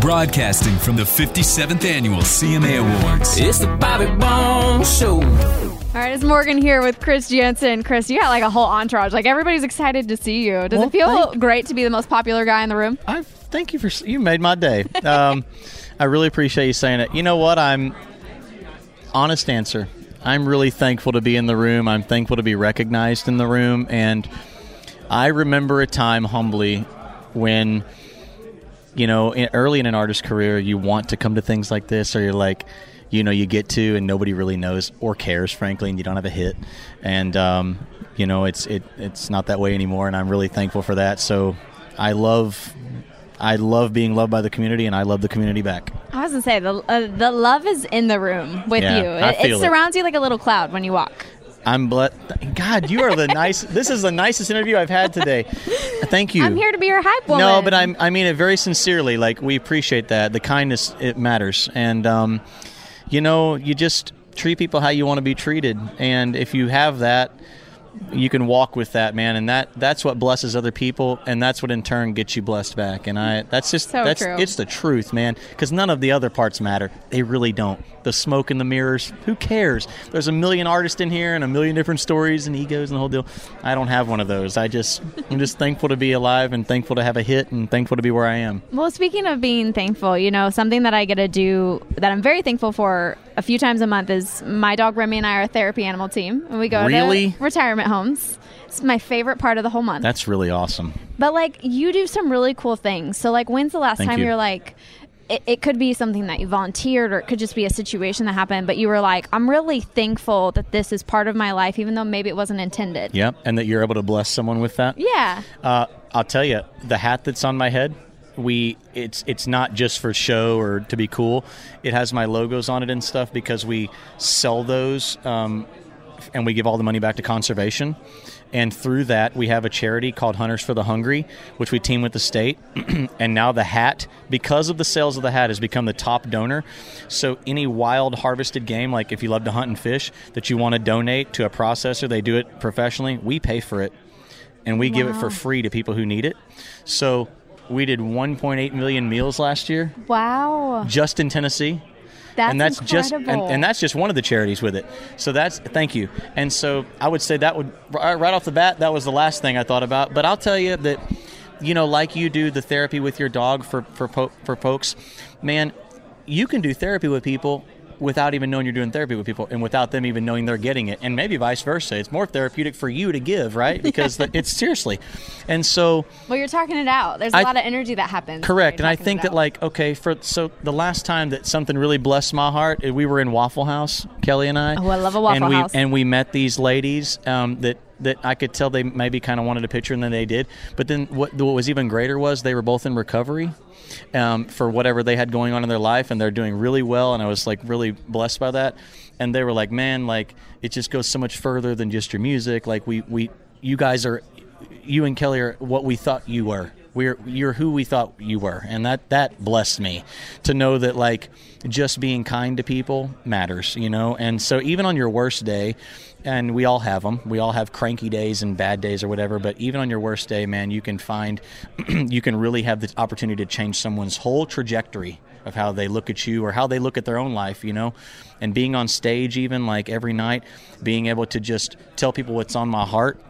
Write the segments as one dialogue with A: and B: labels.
A: Broadcasting from the 57th Annual CMA Awards.
B: It's the Bobby Bones Show.
C: All right, it's Morgan here with Chris Jensen. Chris, you got like a whole entourage. Like everybody's excited to see you. Does
D: Well,
C: it feel
D: thank-
C: great to be the most popular guy in the room?
D: I thank you for you made my day. Um, I really appreciate you saying it. You know what? I'm honest answer. I'm really thankful to be in the room. I'm thankful to be recognized in the room, and I remember a time humbly when you know in, early in an artist's career you want to come to things like this or you're like you know you get to and nobody really knows or cares frankly and you don't have a hit and um, you know it's it it's not that way anymore and i'm really thankful for that so i love i love being loved by the community and i love the community back
C: I was gonna say the uh, the love is in the room with
D: Yeah,
C: you.
D: I
C: It,
D: feel
C: it
D: it.
C: surrounds you like a little cloud when you walk.
D: i'm ble- god you are the nice this is the nicest interview i've had today thank you
C: I'm here to be your hype woman.
D: No, but I'm, I mean it very sincerely. Like we appreciate that. The kindness it matters, and um, you know, you just treat people how you want to be treated, and if you have that, you can walk with that, man. And that that's what blesses other people, and that's what in turn gets you blessed back. And I that's just
C: So
D: that's
C: true.
D: it's the truth, man. Because none of the other parts matter. They really don't. The smoke and the mirrors. Who cares? There's a million artists in here and a million different stories and egos and the whole deal. I don't have one of those. I just I'm just thankful to be alive and thankful to have a hit and thankful to be where I am.
C: Well, speaking of being thankful, you know, something that I get to do that I'm very thankful for a few times a month is my dog Remy and I are a therapy animal team, and we go
D: Really?
C: to retirement homes. It's my favorite part of the whole month.
D: That's really awesome.
C: But like you do some really cool things. So like when's the last
D: Thank
C: time
D: you.
C: you. are like it, it could be something that you volunteered or it could just be a situation that happened, but you were like, I'm really thankful that this is part of my life, even though maybe it wasn't intended.
D: Yep. And that you're able to bless someone with that.
C: Yeah.
D: Uh, I'll tell you, the hat that's on my head, we it's it's not just for show or to be cool. It has my logos on it and stuff because we sell those, um, and we give all the money back to conservation. And through that, we have a charity called Hunters for the Hungry, which we team with the state. and now the hat, because of the sales of the hat, has become the top donor. So any wild harvested game, like if you love to hunt and fish, that you want to donate to a processor, they do it professionally. We pay for it and we give it for free to people who need it. So we did 1.8 million meals last year
C: Wow.
D: just in Tennessee.
C: That's
D: and that's
C: incredible.
D: just and, and that's just one of the charities with it. So that's thank you. And so I would say that would right right off the bat that was the last thing I thought about, but I'll tell you that you know like you do the therapy with your dog for for po- for folks, man, you can do therapy with people without even knowing you're doing therapy with people and without them even knowing they're getting it and maybe vice versa it's more therapeutic for you to give right because the, it's seriously and so
C: well, you're talking it out. There's a
D: I-
C: lot of energy that happens. when
D: Correct,
C: you're
D: and I
C: talking it
D: think that
C: out.
D: like okay, for so the last time that something really blessed my heart, eh, we were in Waffle House, Kelly and I.
C: Oh, I love a Waffle
D: and we,
C: House.
D: And we met these ladies um, that that I could tell they maybe kind of wanted a picture, and then they did. But then what what was even greater was they were both in recovery um, for whatever they had going on in their life, and they're doing really well. And I was like really blessed by that. And they were like, man, like it just goes so much further than just your music. Like we we you guys are you and Kelly are what we thought you were. We're you're who we thought you were, and that that blessed me to know that like just being kind to people matters, you know. And so even on your worst day, and we all have them. We all have cranky days and bad days or whatever. But even on your worst day, man, you can find you can really have the opportunity to change someone's whole trajectory of how they look at you or how they look at their own life, you know, and being on stage even like every night, being able to just tell people what's on my heart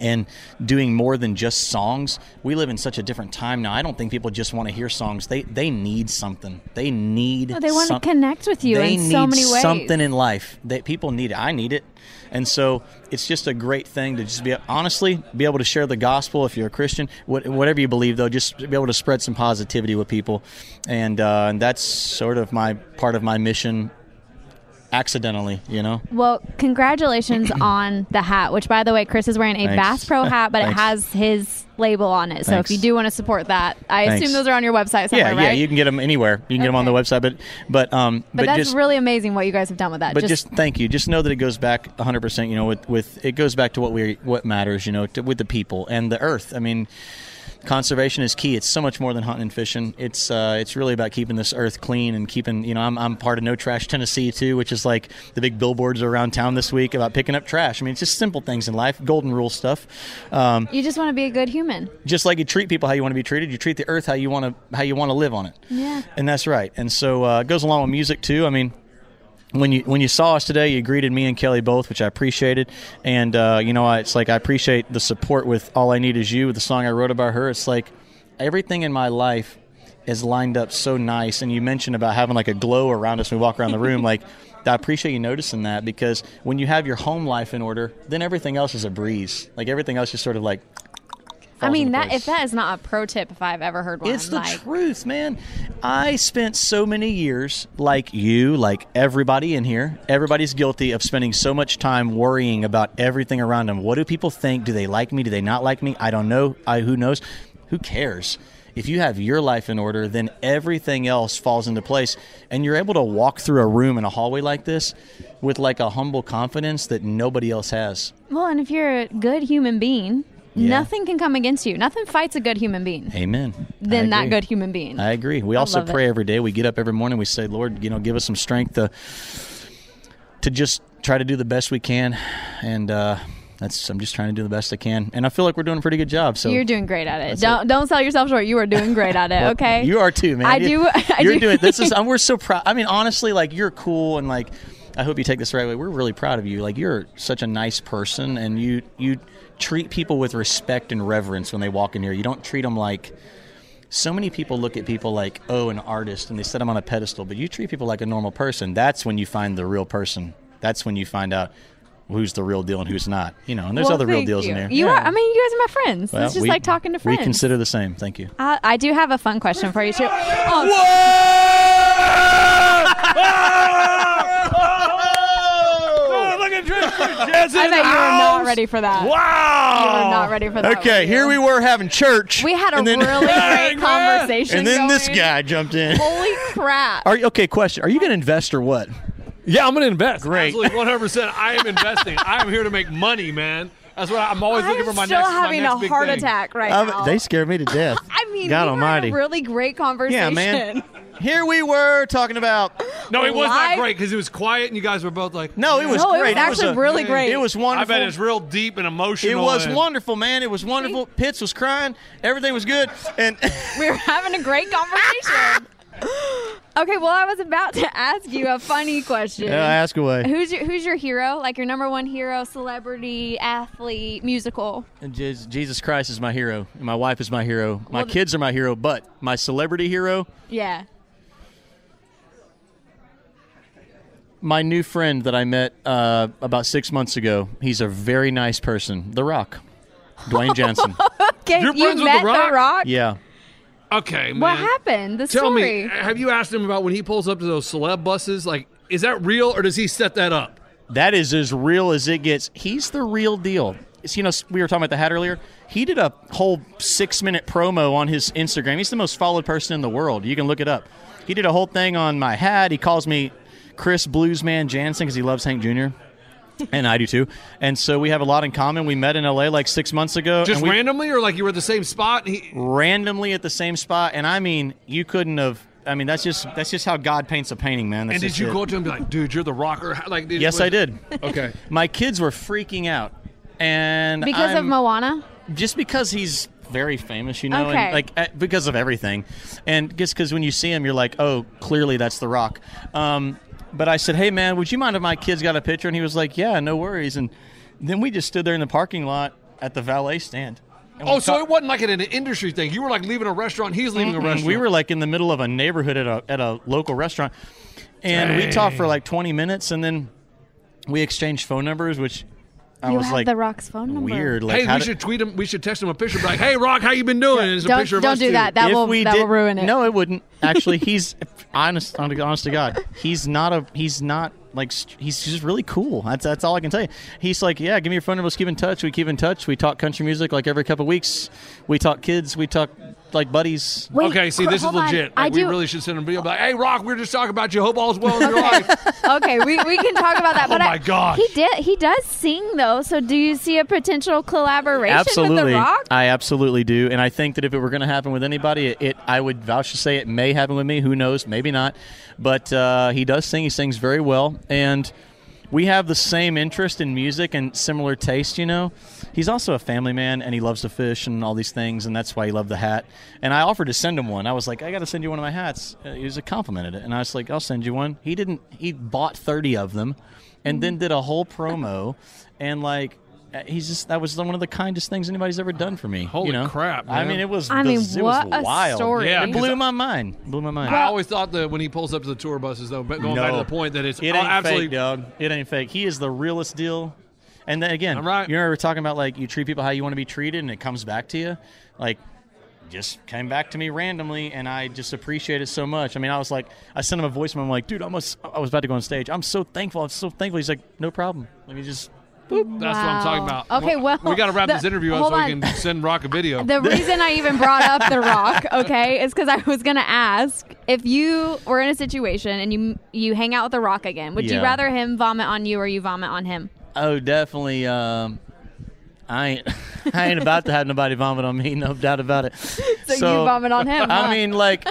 D: and doing more than just songs. We live in such a different time now. I don't think people just want to hear songs. They they need something. They need.
C: they wanna
D: some-
C: connect with you
D: they
C: in so
D: need
C: many ways.
D: Something in life that people need. It. I need it, and so it's just a great thing to just be honestly be able to share the gospel. If you're a Christian, what, whatever you believe, though, just be able to spread some positivity with people, and uh, and that's sort of my part of my mission accidentally, you know?
C: Well, congratulations on the hat, which by the way, Chris is wearing a
D: Thanks.
C: Bass Pro hat, but it
D: Thanks.
C: has his label on it. So
D: Thanks.
C: if you do want to support that, I
D: Thanks.
C: assume those are on your website somewhere,
D: yeah,
C: right?
D: yeah, you can get them anywhere. You can get 'em get them on the
C: Okay.
D: website, but but um
C: but, that's
D: just
C: really amazing what you guys have done with that.
D: but just, thank you. Just know that it goes back 100%, you know, with with it goes back to what we what matters, you know, to, with the people and the earth. I mean, conservation is key. It's so much more than hunting and fishing. It's uh, it's really about keeping this earth clean and keeping. You know, I'm, I'm part of No Trash Tennessee too, which is like the big billboards around town this week about picking up trash. I mean, it's just simple things in life, golden rule stuff. Um,
C: you just want to be a good human.
D: just like you treat people how you want to be treated, you treat the earth how you want to how you want to live on it.
C: Yeah.
D: and that's right. And so uh, it goes along with music too. I mean. When you when you saw us today, you greeted me and Kelly both, which I appreciated, and uh, you know I, it's like I appreciate the support with "All I Need Is You," with the song I wrote about her. It's like everything in my life is lined up so nice, and you mentioned about having like a glow around us when we walk around the room. like I appreciate you noticing that because when you have your home life in order, then everything else is a breeze. Like everything else just sort of like
C: I
D: falls
C: mean
D: into
C: that
D: place.
C: if that is not a pro tip if I've ever heard one.
D: It's the
C: like,
D: truth, man. I spent so many years, like you, like everybody in here, everybody's guilty of spending so much time worrying about everything around them. What do people think? Do they like me? Do they not like me? I don't know. I who knows? Who cares? If you have your life in order, then everything else falls into place, and you're able to walk through a room in a hallway like this with like a humble confidence that nobody else has.
C: well, and if you're a good human being,
D: Yeah.
C: nothing can come against you. Nothing fights a good human being
D: Amen. I
C: than that
D: agree.
C: good human being.
D: I agree. We also
C: love it.
D: pray every day. We get up every morning. We say, Lord, you know, give us some strength to to just try to do the best we can. And uh, that's I'm just trying to do the best I can. And I feel like we're doing a pretty good job. So
C: You're doing great at it.
D: That's
C: Don't don't sell yourself short. You are doing great at it. Okay.
D: You are too, man.
C: I do. I
D: You're
C: do.
D: doing this is. I'm, we're so proud. I mean, honestly, like you're cool and like. I hope you take this the right way. We're really proud of you. Like you're such a nice person, and you you treat people with respect and reverence when they walk in here. You don't treat them like. So many people look at people like, oh, an artist, and they set them on a pedestal. But you treat people like a normal person. That's when you find the real person. That's when you find out who's the real deal and who's not. You know, and there's
C: Well,
D: other real
C: thank
D: deals
C: you.
D: in there.
C: You
D: Yeah.
C: are. I mean, you guys are my friends.
D: Well,
C: it's just
D: we-
C: like talking to friends.
D: We consider the same. Thank you.
C: I, I do have a fun question for you too. Oh,
E: Look at Tristan Jensen
C: I
E: in the
C: bet you were not
E: house.
C: ready for that.
E: Wow.
C: You were not ready for that. were
D: Oh. Okay,
C: you?
D: here we were having church.
C: We had a
D: and then-
C: really great conversation.
D: And then this
C: going.
D: guy jumped in.
C: Holy crap!
D: Are you, okay, question. Are you going to invest or what?
E: Yeah, I'm going to invest.
D: Great.
E: Absolutely, 100%. I am investing. I am here to make money, man. That's what I- I'm always looking
C: I'm
E: for my
C: still
E: next my
C: having
E: next
C: a
E: big
C: heart
E: thing.
C: attack right
D: Um,
C: now.
D: they scared me to death.
C: I mean,
D: God
C: we
D: Almighty.
C: had a really great conversation.
D: yeah, man. Here we were talking about.
E: No, it was not
C: Live-
E: great because it was quiet and you guys were both like,
D: No, it was
C: No, it was
D: great.
C: actually
D: a-
C: really great.
D: It was
E: I
D: wonderful.
E: bet it's real deep and
D: it
E: emotional.
D: was
E: and-
D: wonderful, man. It was wonderful. Pitts was crying. Everything was good. And
C: We were having a great conversation. okay, well, I was about to ask you a funny question.
D: away.
C: Who's your Who's your hero? Like your number one hero, celebrity, athlete, musical?
D: Jesus Christ is my hero. and My wife is my hero. My
C: Well, th-
D: kids are my hero. But my celebrity hero,
C: Yeah.
D: my new friend that I met uh, about six months ago. He's a very nice person. The Rock, Dwayne Johnson.
C: Okay,
E: You're
C: you
E: friends with
C: met
E: The Rock?
D: yeah.
E: Okay, man.
C: What happened? The
E: Tell
C: story.
E: me, uh, have you asked him about when he pulls up to those celeb buses? Like, is that real or does he set that up?
D: That is as real as it gets. He's the real deal. It's, you know, we were talking about the hat earlier. He did a whole six minute promo on his Instagram. He's the most followed person in the world. You can look it up. He did a whole thing on my hat. He calls me Chris Bluesman Jansen because he loves Hank Jr. and I do too. And so we have a lot in common. We met in LA like six months ago.
E: Just
D: Uh, and we,
E: randomly or like you were at the same spot? And he,
D: randomly at the same spot. And I mean, you couldn't have. I mean, that's just that's just how God paints a painting, man. That's
E: and did
D: just
E: you
D: it.
E: go up to him and be like, dude, you're the rocker? How- Like, did-
D: Yes,
E: was-
D: I did.
E: Okay.
D: My kids were freaking out, and
C: Because of
D: I'm-
C: Moana?
D: just because he's very famous, you know,
C: Okay.
D: and like uh, because of everything, and just because when you see him, you're like, oh, clearly that's The Rock. Um, but I said, hey man, would you mind if my kids got a picture? And he was like, yeah, no worries. And then we just stood there in the parking lot at the valet stand. And we
E: Oh, so
D: talked-
E: it wasn't like an industry thing. You were like leaving a restaurant, he's leaving a
D: Mm-mm.
E: restaurant.
D: We were like in the middle of a neighborhood at a at a local restaurant, and we talked for like 20 minutes, and then we exchanged phone numbers, which I
C: you
D: was
C: have
D: like,
C: the Rock's phone number.
D: weird. Like,
E: hey,
D: how
E: we
D: did-
E: should tweet him. We should text him a picture. Be like, hey, Rock, how you been doing? And it's a
C: Don't
E: picture of
C: don't
E: us
C: do
E: two.
C: that. That
D: if
C: will
D: we
C: that
D: did,
C: will ruin it.
D: No, it wouldn't. Actually, he's honest. Honest to God, he's not a. He's not like. st- He's just really cool. That's that's all I can tell you. He's like, yeah, give me your phone number. Let's keep in touch. We keep in touch. We talk country music like every couple weeks. We talk kids. We talk like buddies.
C: Wait,
E: okay, see,
C: cr-
E: this is
C: hold on.
E: legit.
C: I
E: Like, we
C: do.
E: really should send him a video. Be like, hey, Rock, we were just talking about you. Hope all's well in your life.
C: okay, we, we can talk about that. But
E: Oh my
C: I,
E: gosh.
C: he did he does sing though. So do you see a potential collaboration with
D: Absolutely,
C: The Rock?
D: I absolutely do, and I think that if it were going to happen with anybody, it, it I would vouch to say it may happen with me. Who knows? Maybe not. But uh, he does sing. He sings very well, and we have the same interest in music and similar taste. You know, he's also a family man, and he loves to fish and all these things, and that's why he loved the hat. And I offered to send him one. I was like, I got to send you one of my hats. Uh, He was a complimented it, and I was like, I'll send you one. He didn't. He bought thirty of them, and then did a whole promo, and like. Uh, he's just that was one of the kindest things anybody's ever done for me.
E: Holy
D: you know?
E: crap,
D: I
E: man.
D: mean, it was.
C: I mean,
D: it
C: what
D: was
C: a
D: wild.
C: story.
E: Yeah,
D: It blew my mind. Blew my mind.
E: I always thought that when he pulls up to the tour buses, though, but going back to the point that it's
D: it ain't
E: absolutely
D: fake, dog. Uh, It ain't fake. He is the realest deal. And then again,
E: I'm right.
D: you remember we were talking about like you treat people how you want to be treated, and it comes back to you. Like, just came back to me randomly, and I just appreciate it so much. I mean, I was like, I sent him a voicemail. I'm like, dude, I must. I was about to go on stage. I'm so thankful. I'm so thankful. He's like, no problem. Let me just.
E: That's what I'm talking about.
C: Okay, well,
E: we got to wrap
C: the-
E: this interview up
C: hold
E: so we
C: on.
E: can send Rock a
D: Oh.
E: video.
C: The reason I even brought up The Rock, okay, is because I was gonna ask if you were in a situation and you you hang out with The Rock again, would you
D: Yeah.
C: rather him vomit on you or you vomit on him?
D: Oh, definitely. Um, I ain't, I ain't about to have nobody vomit on me, no doubt about it. So,
C: you vomit on him. huh?
D: I mean, like,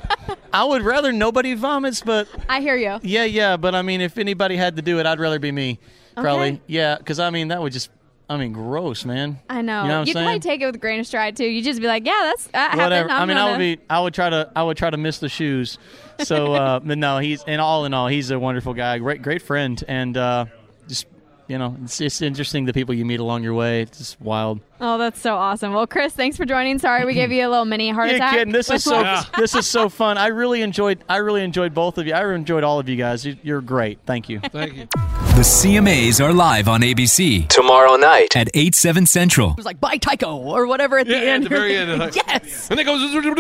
D: I would rather nobody vomits, but
C: I hear you.
D: yeah, yeah. But I mean, if anybody had to do it, I'd rather be me, probably.
C: Okay.
D: Yeah, because I mean, that would just, I mean, gross, man.
C: I know.
D: You know what I'm
C: would
D: saying?
C: probably take it with a grain of stride too. You'd just be like, "Yeah, that's that
D: Whatever.
C: happened." I'm
D: I mean, I
C: gonna-
D: would be. I would try to. I would try to miss the shoes. So, uh, but no, he's and all in all, he's a wonderful guy. Great, great friend, and uh, just you know, it's, it's interesting the people you meet along your way. It's just wild.
C: Oh, that's so awesome. Well, Chris, thanks for joining. Sorry, we gave you a little mini heart
D: You're
C: attack.
D: kidding. This is so
E: Yeah.
D: this is so fun. I really enjoyed. I really enjoyed both of you. I enjoyed all of you guys. You- You're great. Thank you.
E: Thank you.
A: The CMAs are live on ABC
F: Tomorrow night.
A: at 8, 7 central.
B: was like, buy Tyco or whatever at
E: Yeah,
B: the end.
E: at the very end. it's like-
B: yes.
E: And then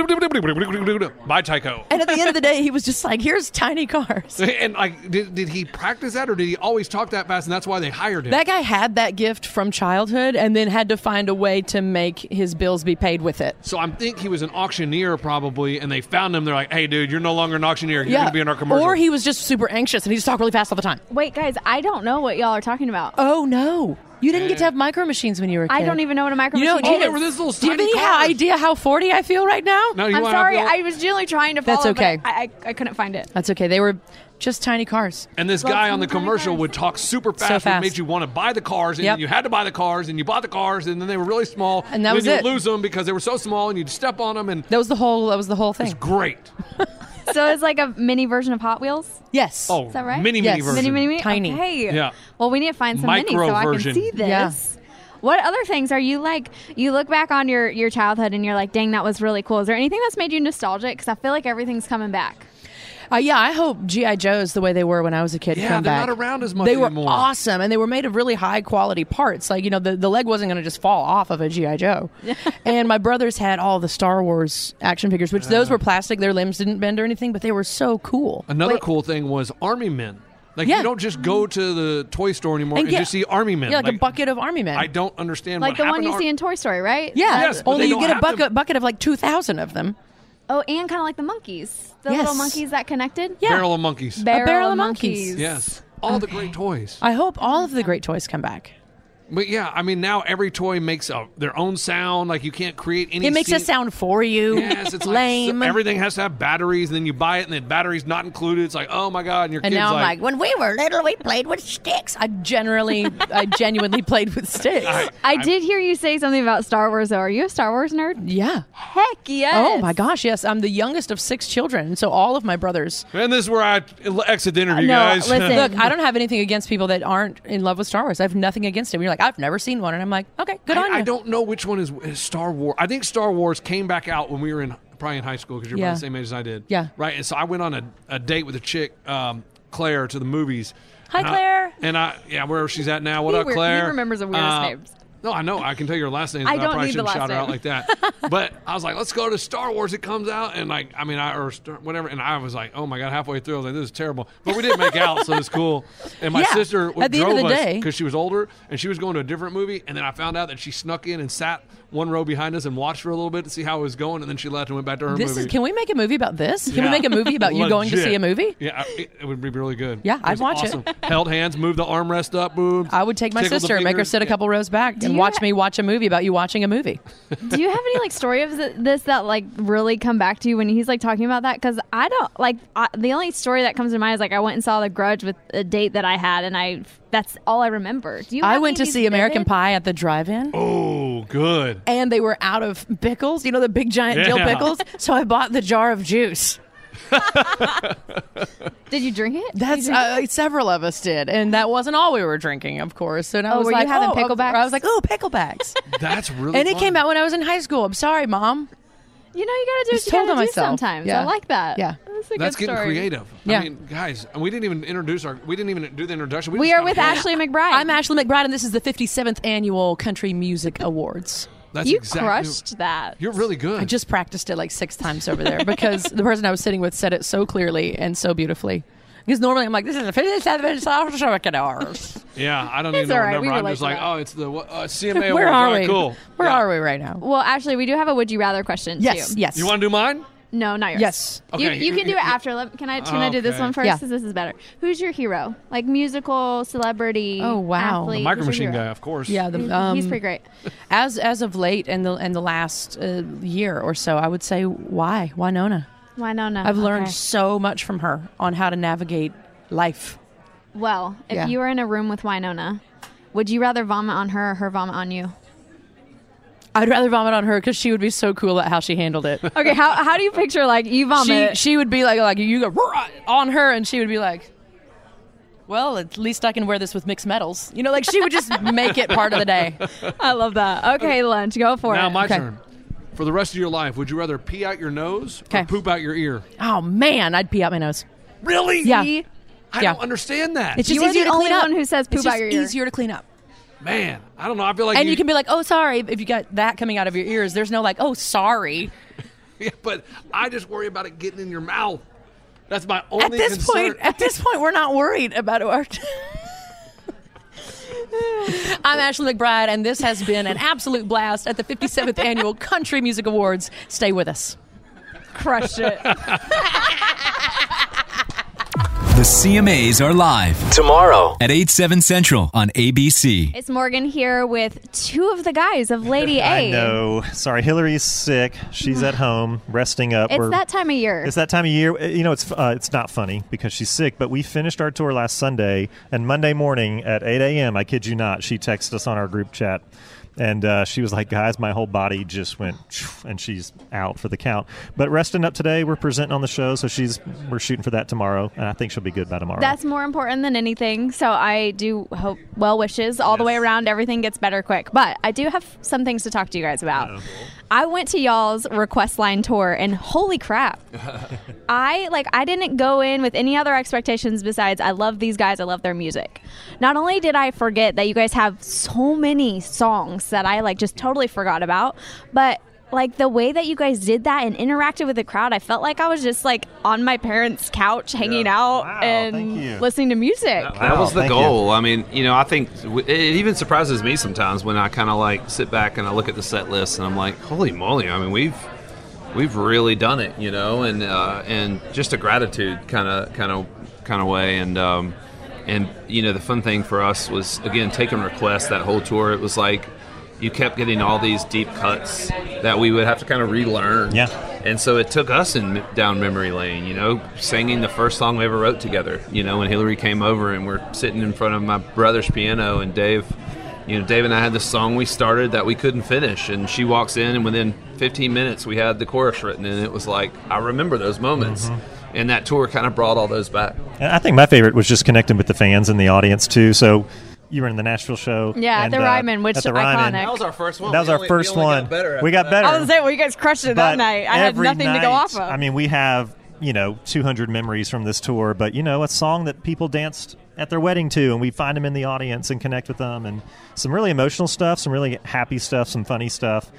E: goes by Tycho.
B: And at the end of the day, he was just like, here's tiny cars.
E: And like, did, did he practice that, or did he always talk that fast, and that's why they hired him?
B: That guy had that gift from childhood and then had to find a way to make his bills be paid with it.
E: so I think he was an auctioneer probably, and they found him. They're like, "Hey, dude, you're no longer an auctioneer. You're gonna be in our commercial."
B: Or he was just super anxious and he just talked really fast all the time.
C: Wait, guys, I don't know what y'all are talking about.
B: Oh no. You didn't get to have micro machines when you were a kid.
C: I don't even know what a micro
B: You know,
C: machine
B: do you
C: is.
E: remember this little
B: Do you have
E: tiny
B: any
E: cars?
B: idea how 40 I feel right now?
E: no, you
C: I'm
E: wanna
C: sorry.
E: have
C: I
E: your-
C: was genuinely trying to follow. but
B: That's okay.
C: I, I, I couldn't find it.
B: That's okay. They were just tiny cars.
E: and this
C: Well,
E: guy on the
C: it's not
E: commercial
C: cars.
E: would talk super fast,
B: fast.
E: which made you want to buy the cars, and
B: Yep.
E: you had to buy the cars, and you bought the cars, and then they were really small,
B: And that
E: then
B: was
E: you would
B: it.
E: lose them because they were so small, and you'd step on them, and
B: That was the whole that was the whole thing.
E: it's great.
C: So it's like a mini version of Hot Wheels.
B: Yes.
E: Oh,
C: Is that right?
E: mini
B: Yes.
E: mini version.
C: Mini, mini, mini.
B: Tiny.
C: Okay.
E: Yeah.
C: Well, we need to find some
E: Micro
C: mini so
E: version.
C: I can see this.
B: Yeah.
C: What other things are you like? You look back on your your childhood and you're like, "Dang, that was really cool." Is there anything that's made you nostalgic? Because I feel like everything's coming back.
B: Uh, yeah, I hope GI Joes the way they were when I was a kid.
E: Yeah,
B: come
E: they're
B: back.
E: not around as much
B: They were
E: anymore.
B: awesome, and they were made of really high quality parts. Like you know, the, the leg wasn't going to just fall off of a GI Joe. and my brothers had all the Star Wars action figures, which those were plastic. Their limbs didn't bend or anything, but they were so cool.
E: Another cool thing was army men. Like
B: Yeah.
E: you don't just go to the toy store anymore
B: And
E: and,
B: get-
E: just see army men.
B: Yeah, like, a bucket of army men.
E: I don't understand.
C: Like
E: what
C: the one
E: happened
C: you
E: to
C: see
E: ar-
C: in Toy Story, right?
B: yeah,
E: Yes, but
B: only
E: they
B: you
E: don't
B: get a
E: have them.
B: bucket bucket of like two thousand of them.
C: Oh, and kind of like the monkeys, the
B: Yes.
C: little monkeys that connected.
B: Yeah.
E: Barrel of Monkeys.
C: Barrel,
B: barrel
C: of
B: of
C: monkeys.
B: monkeys.
E: yes, all the great toys.
B: I hope all of the great toys come back.
E: But yeah, I mean now every toy makes a, their own sound. Like you can't create any.
B: It makes a
E: scene-
B: sound for you.
E: Yes, it's
B: lame.
E: Like, so everything has to have batteries, and then you buy it, and the battery's not included. It's like, oh my god, and your
B: and
E: kid's
B: now I'm
E: like,
B: like, when we were little, we played with sticks. I generally, I genuinely played with sticks.
C: I did hear you say something about Star Wars. Though, are you a Star Wars nerd?
B: yeah.
C: Heck yes.
B: Oh my gosh, yes. I'm the youngest of six children, so all of my brothers.
E: and this is where I exit the interview,
C: No,
E: guys.
C: listen.
B: Look, I don't have anything against people that aren't in love with Star Wars. I have nothing against it. When You're like, I've never seen one, and I'm like, okay, good on
E: I,
B: you.
E: I don't know which one is, is Star Wars. I think Star Wars came back out when we were in probably in high school because you're
B: Yeah.
E: about the same age as I did.
B: Yeah.
E: Right. And so I went on a, a date with a chick, um, Claire, to the movies.
B: Hi,
E: And I-
B: Claire.
E: And I, yeah, wherever she's at now. What
C: He
E: up,
C: weir- he
E: Claire? Uh,
C: remembers the weirdest names.
E: No, I know. I can tell your last name.
C: I
E: but
C: don't
E: I probably
C: need the last
E: shouldn't shout her out
C: name.
E: like that. But I was like, let's go to Star Wars. It comes out, and like, I mean, I or Star- whatever. And I was like, oh my god, halfway through, I was like, this is terrible. But we did make out, so it's cool. And my
B: Yeah.
E: sister
B: At the end of the day-
E: because she was older, and she was going to a different movie. And then I found out that she snuck in and sat one row behind us and watched for a little bit to see how it was going, and then she left and went back to her
B: This is.
E: movie.
B: Can we make a movie about this? Can
E: Yeah.
B: we make a movie about you going to
E: Legit.
B: see a movie?
E: Yeah, I- it, it would be really good.
B: Yeah,
E: It
B: I'd
E: was
B: watch it.
E: awesome. Held hands, move the armrest up, boobs.
B: I would take my
E: tickle the
B: sister and make her
E: fingers.
B: sit a couple rows back and
C: you
B: watch
C: ha-
B: me watch a movie about you watching a movie.
C: Do you have any like story of th- this that like really come back to you when he's like talking about that? Because I don't like I, the only story that comes to mind is like I went and saw The Grudge with a date that I had, and I that's all I remember. Do you?
B: I
C: have
B: went
C: any
B: to
C: of these
B: see American
C: vivid-
B: Pie at the drive-in.
E: Oh, good.
B: And they were out of pickles, you know, the big giant dill
E: Yeah.
B: pickles. So I bought the jar of juice.
C: Did you drink it? Did you
B: That's
C: drink
B: uh, several of us did, and that wasn't all we were drinking, of course. And I
C: Oh,
B: was
C: were you
B: like,
C: having
B: oh,
C: picklebacks?
B: I was like, oh, picklebacks.
E: That's really.
B: and it
E: fun.
B: came out when I was in high school. I'm sorry, mom.
C: it? you know you gotta do what
B: Just
C: you
B: told
C: gotta
B: on
C: do
B: myself.
C: sometimes.
B: Yeah.
C: I like that.
B: Yeah.
C: that's a
E: That's
C: good
E: getting
C: story.
E: creative.
B: Yeah.
E: I mean, guys, and we didn't even introduce our. We didn't even do the introduction.
C: We
E: just
C: are
E: kinda
C: with
E: hit.
C: Ashley McBride.
B: I'm Ashley McBride, and this is the 57th annual Country Music Awards.
E: That's
C: you
E: exactly-
C: crushed that.
E: You're really good.
B: I just practiced it like six times over there because the person I was sitting with said it so clearly and so beautifully. Because normally I'm like, this is the 57th annial awards.
E: yeah, I don't
C: It's
E: even know
C: all
E: what
C: right, we
E: number. I'm
C: relate
E: just
C: to
E: like,
C: that.
E: oh, it's the what- uh, CMA.
B: Where
E: Awards. All
B: are
E: right,
B: we?
E: Cool.
B: Where
E: Yeah.
B: are we right now?
C: well, Ashley, we do have a would you rather question. too.
B: Yes, yes.
E: You want to do mine?
C: No, not yours.
B: Yes.
E: Okay,
C: you, you can do
E: you-
C: it after. Let- Can I can I do this
E: Okay.
C: one first?
B: Yeah.
C: 'Cause this is better. Who's your hero? Like musical celebrity?
B: Oh, wow.
C: athlete,
B: The
E: Micro
C: who's your
E: Machine
C: hero?
E: guy, of course.
B: yeah, the,
C: He's-
B: um,
C: He's pretty great.
B: As as of late and the and the last uh, year or so, I would say why Winona.
C: Why no? No.
B: I've learned
C: Okay.
B: so much from her on how to navigate life.
C: Well, if
B: Yeah.
C: you were in a room with Winona, would you rather vomit on her or her vomit on you?
B: I'd rather vomit on her because she would be so cool at how she handled it.
C: Okay, how, how do you picture like you
B: she
C: vomit?
B: she would be like like you go "Rah!" on her, and she would be like, "Well, at least I can wear this with mixed metals." You know, like she would just make it part of the day.
C: I love that. Okay, lunch, go for
E: Now
C: it.
E: my
B: Okay.
E: turn. For the rest of your life, would you rather pee out your nose
B: Okay.
E: or poop out your ear?
B: Oh man, I'd pee out my nose.
E: Really?
B: Yeah.
C: See?
E: I
B: Yeah.
E: don't understand that.
B: It's just
C: You are
B: easier
C: the
B: to clean
C: only
B: up.
C: one who says poop
B: it's just
C: out your ear.
B: Easier to clean up,
E: Man, I don't know. I feel like
B: and you, can be like, "Oh, sorry." If you got that coming out of your ears, there's no like, "Oh, sorry."
E: Yeah, but I just worry about it getting in your mouth. That's my only
B: At this
E: concern.
B: point, at this point, we're not worried about our. I'm Ashley McBride, and this has been an absolute blast at the 57th annual Country Music Awards. Stay with us.
C: crushed it.
A: The CMAs are live
G: Tomorrow.
A: at 8, 7 central on ABC.
C: It's Morgan here with two of the guys of Lady A.
H: I know. Sorry, Hillary's sick. She's at home resting up.
C: It's
H: We're-
C: that time of year.
H: It's that time of year. Uh, You know, it's uh, it's not funny because she's sick. But we finished our tour last Sunday, and Monday morning at 8 a.m. I kid you not, she texted us on our group chat, and uh, she was like, "Guys, my whole body just went," and she's out for the count. But resting up today, we're presenting on the show, so she's we're shooting for that tomorrow, and I think she'll be good by tomorrow.
C: That's more important than anything. So I do hope well wishes all the way around. Everything gets better quick. But I do have some things to talk to you guys about.
H: Oh.
C: I went to y'all's request line tour and holy crap. I like I didn't go in with any other expectations besides I love these guys, I love their music. Not only did I forget that you guys have so many songs that I like just totally forgot about, but like the way that you guys did that and interacted with the crowd, I felt like I was just like on my parents' couch hanging out
H: Wow, thank you.
C: and listening to music.
G: That
H: Wow,
G: was the
H: thank you.
G: goal. I mean, you know, I think w- it even surprises me sometimes when I kind of like sit back and I look at the set list and I'm like, holy moly! I mean, we've we've really done it, you know, and uh, and just a gratitude kind of kind of kind of way, and um, and you know, the fun thing for us was again taking requests that whole tour. It was like you kept getting all these deep cuts that we would have to kind of relearn.
H: Yeah.
G: And so it took us in down memory lane, you know, singing the first song we ever wrote together. You know, when Hillary came over and we're sitting in front of my brother's piano and Dave, you know, Dave and I had this song we started that we couldn't finish and she walks in and within 15 minutes we had the chorus written and it was like I remember those moments.
H: Mm-hmm.
G: And that tour kind of brought all those back.
H: And I think my favorite was just connecting with the fans and the audience too. So you were in the Nashville show,
C: Yeah, at
H: and, uh,
C: the Ryman, which
H: at the Ryman.
C: iconic. That was
G: our first one.
H: That was our first one. we got better.
C: saying, well, you guys crushed it
H: But every night, I mean, we have you know 200 memories from this tour, but you know a song that people danced at their wedding to, and we find them in the audience and connect with them, and some really emotional stuff, some really happy stuff, some funny stuff.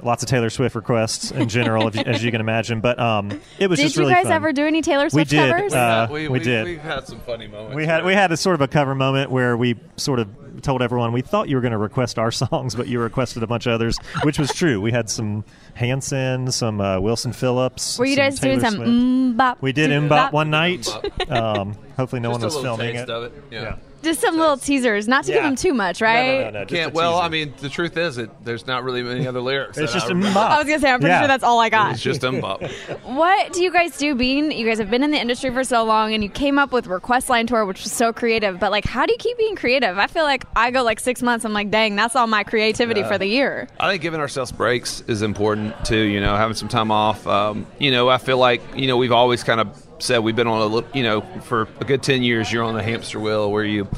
H: Lots of Taylor Swift requests in general, if you- as you can imagine. But um, it was
C: Did
H: just
C: you
H: really
C: guys
H: fun.
C: ever do any Taylor
H: We
C: Swift
H: did.
C: covers?
H: uh,
G: we,
H: we did.
G: We've had some funny moments.
H: We had we had a sort of a cover moment where we sort of told everyone we thought you were going to request our songs, but you requested a bunch of others, which was true. We had some Hanson, some uh, Wilson Phillips.
C: Were you guys
H: Taylor
C: doing some
H: Swift.
C: mm bop?
H: we did
C: doo
H: Mbop
C: bop?
H: one night. Um, hopefully, no
G: Just
H: one was
G: a little
H: filming
G: taste
H: it.
G: of it. Yeah.
H: Yeah.
C: Just some little teasers, not to give
H: Yeah.
C: them too much, right?
H: No, no, no, just a
G: Can't. Well,
H: teaser.
G: I mean, the truth is, it there's not really many other lyrics.
H: it's
G: that
H: just
G: I
H: a
G: remember.
H: Mbop.
C: I was gonna say, I'm pretty
H: Yeah.
C: sure that's all I
G: It's
C: got.
G: just umbop.
C: What do you guys do, Bean? You guys have been in the industry for so long, and you came up with Request Line Tour, which was so creative. But like, how do you keep being creative? I feel like I go like six months. I'm like, dang, that's all my creativity for the year.
G: I think giving ourselves breaks is important too. You know, having some time off. Um, you know, I feel like you know we've always kind of said we've been on a little. You know, for a good ten years, you're on a hamster wheel where you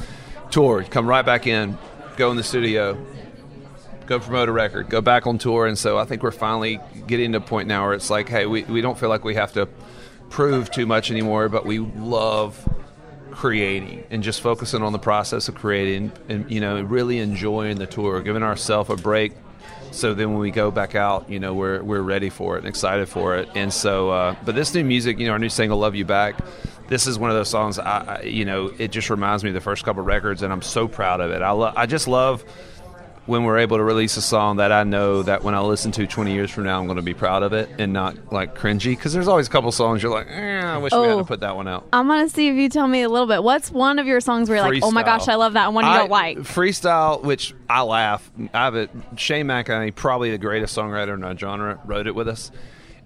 G: tour, come right back in, go in the studio, go promote a record, go back on tour, and so I think we're finally getting to a point now where it's like, hey, we, we don't feel like we have to prove too much anymore, but we love creating and just focusing on the process of creating and you know really enjoying the tour, giving ourselves a break. So then when we go back out, you know we're we're ready for it and excited for it. And so, uh, but this new music, you know, our new single "Love You Back." This is one of those songs. I, I you know, it just reminds me of the first couple records, and I'm so proud of it. I lo- I just love when we're able to release a song that I know that when I listen to 20 years from now, I'm going to be proud of it and not like cringy. Because there's always a couple songs you're like, eh, I wish we
C: Oh.
G: hadn't put that one out.
C: I'm gonna see if you tell me a little bit. What's one of your songs where you're like, oh my
G: Freestyle.
C: gosh, I love that, and one you
G: I-
C: don't like?
G: Freestyle, which I laugh. I have a, Shane McInerney, probably the greatest songwriter in our genre, wrote it with us.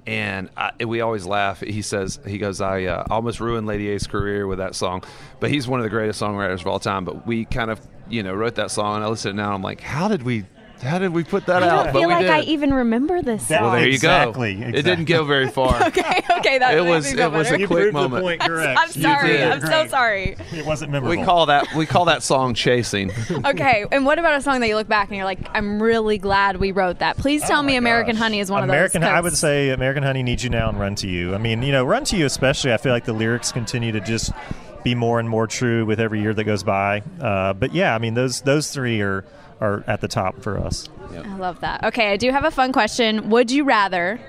G: And I, we always laugh. He says, he goes, I uh, almost ruined Lady A's career with that song. But he's one of the greatest songwriters of all time. But we kind of, you know, wrote that song. And I listen to it now and I'm like, how did we, how did we put that
C: I
G: out?
C: don't
G: but
C: feel
G: we
C: like
G: did.
C: I even remember this.
H: That-
C: song.
G: Well, there
H: Exactly,
G: you go.
H: exactly.
G: It didn't go very far.
C: okay, okay, that
G: It
C: makes
G: was-
C: me feel
G: it was a
C: better.
H: You
G: quick
H: proved
G: moment.
H: The point correct.
C: I'm
H: You
C: sorry.
H: did.
C: I'm so
H: Great.
C: sorry.
H: It wasn't memorable.
G: We call that we call that song chasing.
C: Okay, and what about a song that you look back and you're like, I'm really glad we wrote that? Please tell me American Honey is one
H: Oh American,
C: of those.
H: I would say American Honey needs you now and Run to You. I mean, you know, Run to You especially. I feel like the lyrics continue to just be more and more true with every year that goes by. Uh, but yeah, I mean, those those three are are at the top for us.
C: I love that. Okay, I do have a fun question. Would you rather?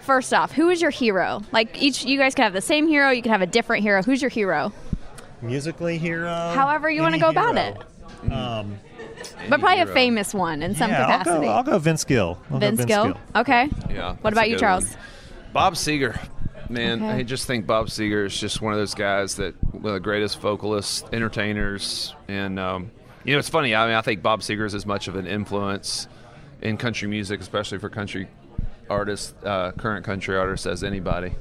C: First off, who is your hero? Like each, you guys could have the same hero. You could have a different hero. Who's your hero?
H: Musically, hero.
C: However you wanna
H: Um, any
C: go about
H: hero. Um,
C: it. But probably a
G: Mm. hero.
C: famous one in some
H: yeah, I'll
C: capacity.
H: go, I'll go Vince Gill. I'll go
C: Vince, Gill. Okay.
G: Yeah,
C: What
G: that's
C: about
G: a
C: you,
G: good
C: Charles?
G: one. Bob Seger. Man,
C: Okay.
G: I just think Bob Seger is just one of those guys that one of the greatest vocalists, entertainers, and um, you know it's funny. I mean, I think Bob Seger is as much of an influence in country music, especially for country artists, uh, current country artists, as anybody.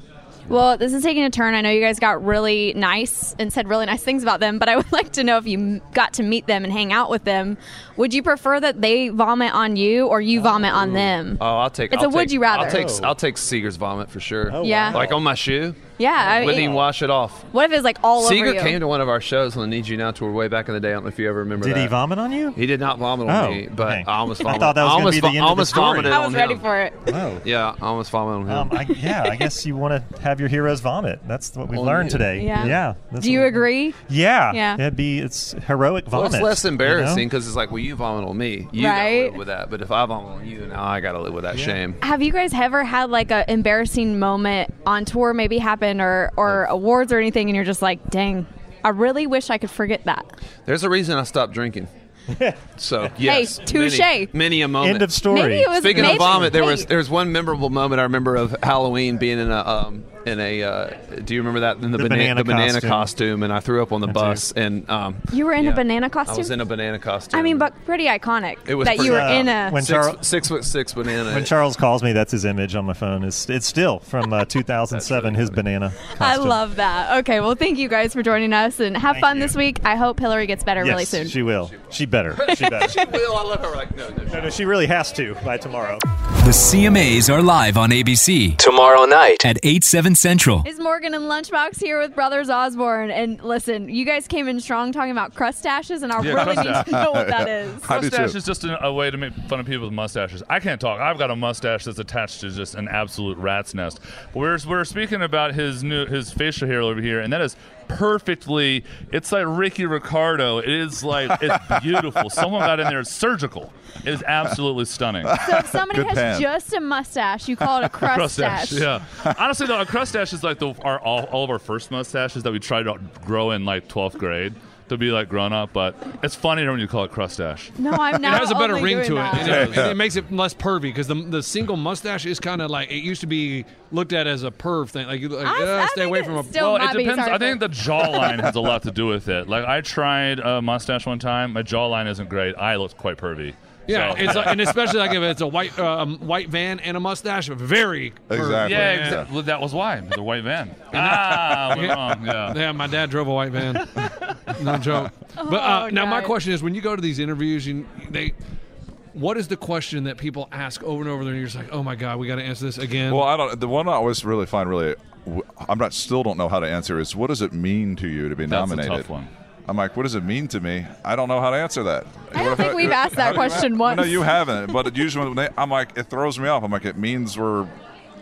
C: Well, this is taking a turn. I know you guys got really nice and said really nice things about them, but I would like to know if you m- got to meet them and hang out with them. Would you prefer that they vomit on you or you vomit on them?
G: Oh, I'll take.
C: It's
G: I'll
C: a would
G: take-
C: you rather.
G: I'll take. I'll take Seger's vomit for sure.
H: Oh,
C: Yeah.
H: wow.
G: Like on my shoe,
C: yeah. I
G: wouldn't
C: mean,
G: even wash it off.
C: what if it's like all over
G: Seeger
C: you?
G: came to one of our shows on the Need You Now tour way back in the day. I don't know if you ever remember
H: Did
G: that.
H: he vomit on you?
G: He did not vomit on
H: Oh,
G: me, but
H: okay.
G: I almost
H: I
G: vomited.
H: thought that was gonna
G: almost
H: be the
G: vo-
H: end of the
G: almost
H: story.
G: vomited
C: I was
G: on
C: ready
G: him.
C: for it.
H: Oh.
G: Yeah, I almost vomited on him.
H: Um, I, yeah, I guess you want to have your heroes vomit. That's what we
G: Well,
H: learned
G: yeah.
H: today.
C: Yeah.
H: yeah that's
C: Do you
H: what-
C: agree?
H: Yeah,
C: Yeah.
H: It'd be it's heroic
G: well,
H: vomit.
G: it's less
H: you know?
G: embarrassing because it's like, well, you vomit on me. You gotta
C: Right.
G: live with that. But if I vomit on you, now I gotta live with that shame.
C: Have you guys ever had like an embarrassing moment on tour, maybe happen, or or awards or anything, and you're just like, dang, I really wish I could forget that.
G: There's a reason I stopped drinking. so yes,
C: touche.
G: Many, many a moment.
H: End of story.
C: Maybe it was
G: Speaking
C: maybe,
G: of vomit, there
C: wait.
G: was there was one memorable moment I remember of Halloween being in a um, in a. Uh, do you remember that in the,
H: The
G: bana-
H: banana
G: the banana
H: costume.
G: costume. And I threw up on the
H: do.
G: bus and um,
C: You were in a
G: yeah,
C: banana costume.
G: I was in a banana costume.
C: I mean, but pretty iconic
G: It was
C: that
G: pretty-
C: you were
G: Uh,
C: in a.
H: when-
G: six,
H: Charles-
G: six foot six banana.
H: When Charles calls me, that's his image on my phone. It's, it's still from uh, 2007,
G: really
H: his
G: funny.
H: banana.
C: I
H: costume.
C: love that. Okay, well, thank you guys for joining us and have
H: Thank
C: fun
H: you.
C: this week. I hope Hillary gets better
H: Yes,
C: really soon.
H: she will. She better. She better.
G: Will, I love her. Like, no, no,
H: no, no, she really has to by tomorrow.
A: The CMAs are live on ABC
I: Tomorrow night.
A: at 8, 7 11 Central.
C: Is Morgan and Lunchbox here with Brothers Osborne? And listen, you guys came in strong talking about crustaches, and I
E: Yeah,
C: really need
J: crustache.
C: to know what that is.
J: I do
I: mustache
J: too.
I: is just a, a way to make fun of people with mustaches. I can't talk. I've got a mustache that's attached to just an absolute rat's nest. But we're we're speaking about his new his facial hair over here, and that is perfectly. It's like Ricky Ricardo. It is like it's beautiful. Someone got in there. It's surgical. It is absolutely stunning.
C: So if somebody
J: Good
C: has
J: pan.
C: just a mustache, you call it a crustache.
I: yeah. Honestly, though, a crustache is like the, our all, all of our first mustaches that we tried to grow in like 12th grade to be like grown up, but it's funnier when you call it crustache.
C: No, I'm
E: It
C: not.
E: has a better
C: only doing
E: ring to it,
C: that.
E: and it, and it makes it less pervy because the the single mustache is kind of like it used to be looked at as a perv thing. Like, you- like
C: I-
E: "Uh,
C: I
E: stay
C: think
E: away
C: it's
E: from a.
C: still-
I: well,
C: might
I: it
C: be
I: depends. I
C: hard
I: think
C: to-
I: the jawline has a lot to do with it. Like I tried a mustache one time. My jawline isn't great. I look quite pervy.
E: yeah,
I: So-
E: it's like, and especially like if it's a white uh, um, white van and a mustache, very pervy.
J: Exactly.
I: yeah,
J: Yeah.
I: exa- well, that was why the white van. ah, went wrong. Yeah.
E: Yeah, my dad drove a white van. no joke. But uh,
C: Oh,
E: now my
C: nice.
E: question is: when you go to these interviews, you, they, what is the question that people ask over and over? There, and you're just like, "Oh my god, we got to answer this again."
J: Well, I don't. The one I always really find really, I'm not still don't know how to answer is what does it mean to you to be
I: That's a
J: nominated?
I: tough one.
J: I'm like, what does it mean to me? I don't know how to answer that.
C: I don't think we've asked that question once.
J: No, you haven't. But it usually, when they, I'm like, it throws me off. I'm like, it means we're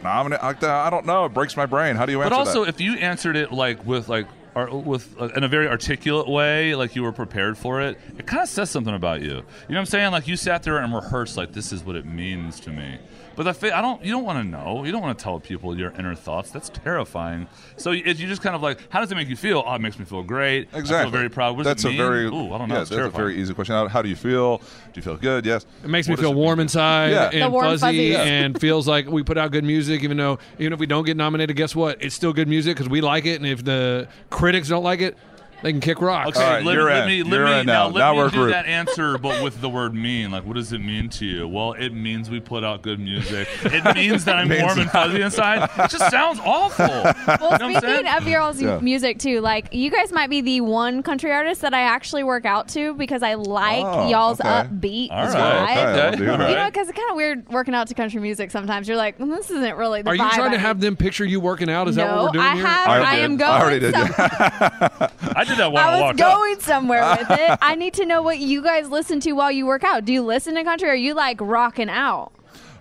J: nominated. Like, I don't know. It breaks my brain. How do you answer
I: But also,
J: that?
I: if you answered it like with like ar- with uh, in a very articulate way, like you were prepared for it, it kind of says something about you. You know what I'm saying? Like you sat there and rehearsed, like this is what it means to me. But the fa- I don't. You don't want to know. You don't want to tell people your inner thoughts. That's terrifying. So you, you just kind of like, how does it make you feel? Oh, it makes me feel great. I feel
J: Exactly.
I: very proud. What does
J: that's
I: it mean?
J: a very.
I: Ooh, I don't know.
J: Yeah,
I: it's
J: that's a
I: terrifying.
J: very easy question. How, how do you feel? Do you feel good? Yes.
E: It makes
J: What
E: me
J: does
E: feel
J: mean
E: warm
J: to you?
E: inside
J: Yeah.
E: and
C: The warm
E: fuzzy,
C: fuzzies. Yeah.
E: and feels like we put out good music. Even though, even if we don't get nominated, guess what? It's still good music because we like it. And if the critics don't like it, they can kick rocks.
I: Okay,
J: All right,
I: let,
J: you're
I: me,
J: in.
I: let me let
J: You're
I: me
J: in
I: now,
J: now.
I: let
J: Now
I: me
J: we're
I: do
J: grouped.
I: that answer, but with the word mean. Like, what does it mean to you? Well, it means we put out good music. It means that I'm
J: Means-
I: warm and fuzzy inside. It just sounds awful.
C: Well,
I: You know what I'm
C: speaking
I: saying?
C: of your all's
J: Yeah.
C: music too, like you guys might be the one country artist that I actually work out to because I like
J: Oh,
C: y'all's
J: okay.
C: upbeat
I: all
C: vibe.
I: right,
J: okay, I'll do
I: all
J: that.
C: You know,
I: right.
C: because it's kind of weird working out to country music sometimes. You're like, "Mm, this isn't really the
E: Are you
C: vibe
E: trying
C: I
E: to have
C: need."
E: them picture you working out? Is that what
C: No,
E: we're doing
C: I
E: here?
C: have-
J: I,
C: I
J: did.
C: am
J: I
C: going
J: already did.
C: somewhere.
I: I did that while I,
C: I was
I: walked up.
C: going somewhere with it. I need to know what you guys listen to while you work out. Do you listen to country? Or are you like rocking out?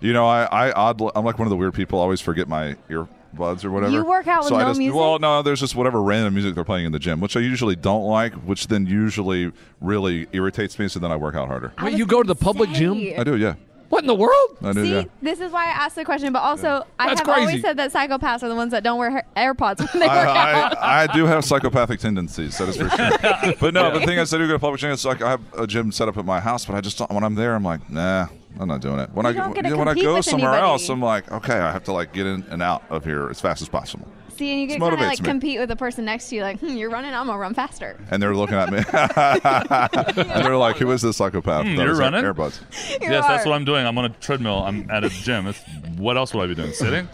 J: You know, I, I odd, I'm like one of the weird people. I always forget my earbuds or whatever.
C: You work out with
J: so I
C: no
J: just,
C: music?
J: Well, no, there's just whatever random music they're playing in the gym, which I usually don't like, which then usually really irritates me. So then I work out harder.
E: Wait, you go to the public gym?
C: Say.
J: I do, yeah.
E: What in the world?
J: I do,
C: See,
J: yeah.
C: this is why I asked the question, but also I
E: That's
C: have
E: crazy.
C: always said that psychopaths are the ones that don't wear hair- AirPods when they
J: I,
C: work out.
J: I, I do have psychopathic tendencies. That is for sure. but no, but the thing is, I do go to public gym. It's like I have a gym set up at my house, but I just don't, when I'm there, I'm like, nah, I'm not doing it. When
C: You
J: I
C: don't get to
J: when I
C: compete
J: go
C: with
J: somewhere
C: anybody.
J: else, I'm like, okay, I have to like get in and out of here as fast as possible.
C: See, and you
J: This
C: get kind of
J: motivates
C: like
J: me.
C: compete with the person next to you, like, hmm, you're running, I'm gonna run faster.
J: And they're looking at me, and they're like, "Who is this psychopath?"
I: Hmm,
J: That
I: you're
J: was like
I: running?
J: Earbuds.
I: Yes, that's what I'm doing. I'm on a treadmill. I'm at a gym. It's, what else would I be doing? Sitting?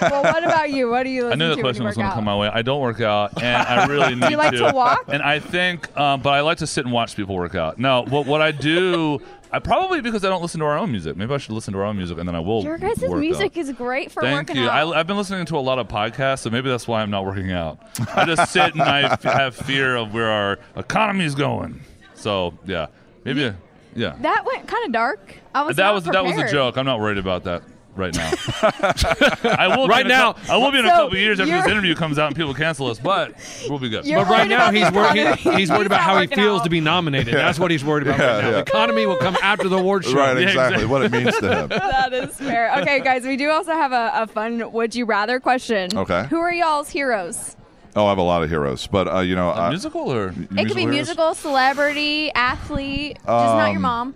C: Well, what about you? What do you listen
I: I knew
C: to
I: that
C: when
I: question
C: you
I: was
C: work
I: going to come
C: out?
I: my way. I don't work out, and I really need
C: you like to walk?
I: And I think, um, but I like to sit and watch people work out. No, what what I do, I probably because I don't listen to our own music. Maybe I should listen to our own music, and then I will.
C: Your guys'
I: work
C: music
I: out.
C: is great for
I: Thank
C: working
I: you.
C: out.
I: I, I've been listening to a lot of podcasts, so maybe that's why I'm not working out. I just sit and I f- have fear of where our economy is going. So yeah, maybe yeah.
C: that went kind of dark. I was
I: that
C: not
I: was that was
C: prepared.
I: a joke. I'm not worried about that right now. I will be
E: Right
I: in a cou-
E: now.
I: I will be in a
C: So,
I: couple years after this
C: you're-
I: interview comes out and people cancel us, but we'll be good.
C: You're-
E: But right
C: worried
E: now
C: about
E: he's
C: the
E: worried. He,
C: economy.
E: he's worried
C: He's
E: about
C: not
E: how he
C: working
E: feels
C: out.
E: to be nominated. That's what he's worried about right now.
J: Yeah,
E: The
J: yeah.
E: economy will come after the award show.
J: Right,
I: Yeah,
J: exactly.
I: exactly.
J: What it means to him.
C: That is fair. Okay, guys, we do also have a, a fun "Would you rather" question.
J: Okay.
C: Who are y'all's heroes?
J: Oh, I have a lot of heroes, but uh, you know,
I: A
J: uh,
I: musical or
C: it could be
J: heroes?
C: musical, celebrity, athlete, just not your
J: Um,
C: mom.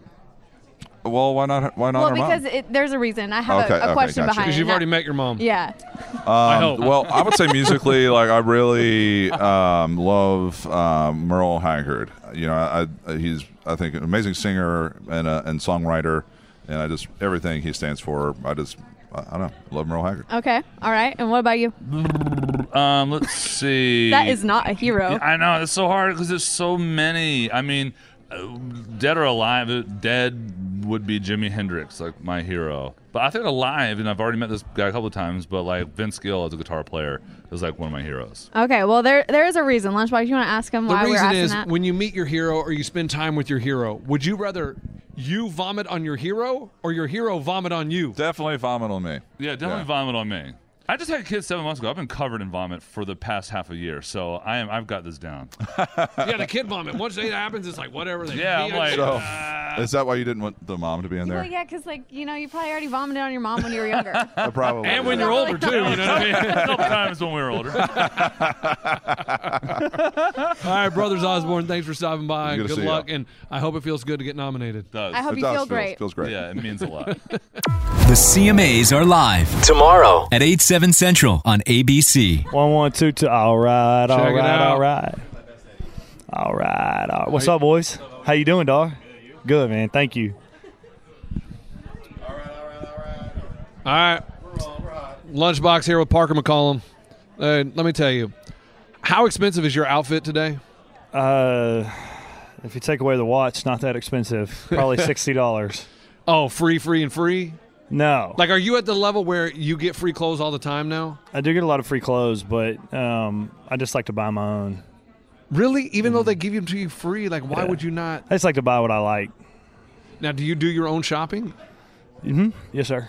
J: Well, why not? Why not?
C: Well,
J: her mom?
C: because it, there's a reason. I have
J: Okay,
C: a, a
J: okay,
C: question
J: gotcha.
C: behind
E: Because
C: it.
E: you've already
C: Not-
E: met your mom.
C: Yeah.
J: Um,
I: hope.
J: Well, I would say musically, like I really um, love um, Merle Haggard. You know, I, I, he's I think an amazing singer and uh, and songwriter, and I just everything he stands for. I just I, I don't know, love Merle Haggard.
C: Okay. All right. And what about you?
I: um let's see.
C: That is not a hero.
I: I know it's so hard because there's so many. I mean, uh, dead or alive, uh, dead would be Jimi Hendrix, like my hero. But I think alive, and I've already met this guy a couple of times. But like Vince Gill, as a guitar player, is like one of my heroes.
C: Okay, well there there is a reason. Lunchbox, you want to ask him
E: The
C: why we're
E: reason
C: asking
E: is
C: that?
E: when you meet your hero or you spend time with your hero, would you rather you vomit on your hero or your hero vomit on you?
J: Definitely vomit on me.
I: Yeah, definitely vomit on me. I just had a kid seven months ago. I've been covered in vomit for the past half a year, so I am I've got this down.
E: yeah, the kid vomit. Once it happens, it's like whatever. They
I: Yeah, I'm like- uh,
J: So, is that why you didn't want the mom to be in
C: Well,
J: there?
C: yeah, because like you know, you probably already vomited on your mom when you were younger.
J: Uh, Probably.
E: And when you're older too, you know what I mean?
I: A couple times when we were older.
E: All right, brothers Osborne, thanks for stopping by.
J: Good to
E: Good
J: see you.
E: luck, and I hope it feels good to get nominated.
I: Does.
C: I hope you feel great.
J: great.
I: Yeah, it means a lot.
A: The CMAs are live
K: tomorrow
A: at 8, 7 central on ABC.
K: One, one, two, two. All right, all
A: Check
K: right,
A: it
K: all
A: out.
K: right, all right. all right. What's up, boys? How you doing, dog? Good, man. Thank you.
E: All right. Lunchbox here with Parker McCollum. Uh, let me tell you, how expensive is your outfit today?
K: Uh, if you take away the watch, not that expensive. Probably sixty dollars.
E: Oh, free, free, and free.
K: No,
E: Like, are you at the level where you get free clothes all the time now?
K: I do get a lot of free clothes, but um, I just like to buy my own. Mm-hmm.
E: Really? Even though they give them to you free, like, why
K: Yeah.
E: would you not?
K: I just like to buy what I like.
E: Now, do you do your own shopping?
K: Mm-hmm. Yes, sir.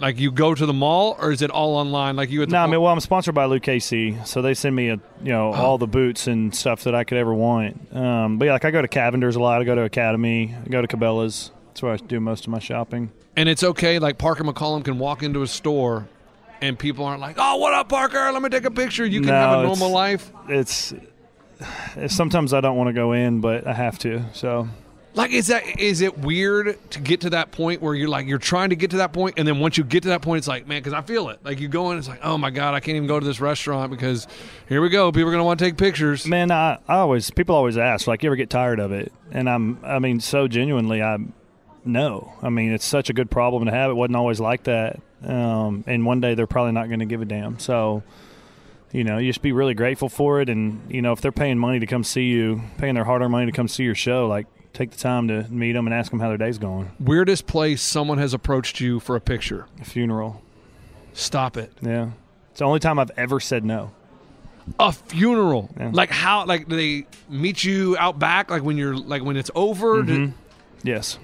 E: Like, you go to the mall, or is it all online? Like, you at the
K: No, I mean, well, I'm sponsored by Luke Casey, so they send me a, you know
E: Oh.
K: all the boots and stuff that I could ever want. Um, but yeah, like I go to Cavender's a lot. I go to Academy. I go to Cabela's. That's where I do most of my shopping.
E: and it's okay. Like Parker McCollum can walk into a store, and people aren't like, "Oh, what up, Parker? Let me take a picture." You can
K: No,
E: have a
K: it's-
E: normal life.
K: It's, it's sometimes I don't want to go in, but I have to. So
E: Like, is that is it weird to get to that point where you're like you're trying to get to that point, and then once you get to that point, it's like, man, because I feel it. Like you go in, it's like, oh my god, I can't even go to this restaurant because here we go, people are gonna want to take pictures.
K: man, I, I always people always ask like, you ever get tired of it? And I'm I mean, so genuinely, I no. I mean, it's such a good problem to have. It wasn't always like that. Um, and one day they're probably not going to give a damn. So. you know, you just be really grateful for it. And, you know, if they're paying money to come see you, paying their hard earned money to come see your show, like take the time to meet them and ask them how their day's going.
E: Weirdest place someone has approached you for a picture.
K: A funeral.
E: Stop it.
K: Yeah. It's the only time I've ever said no.
E: A funeral. Like how? Like do they meet you out back? Like when you're like when it's over. Do-
K: Mhm. Yes.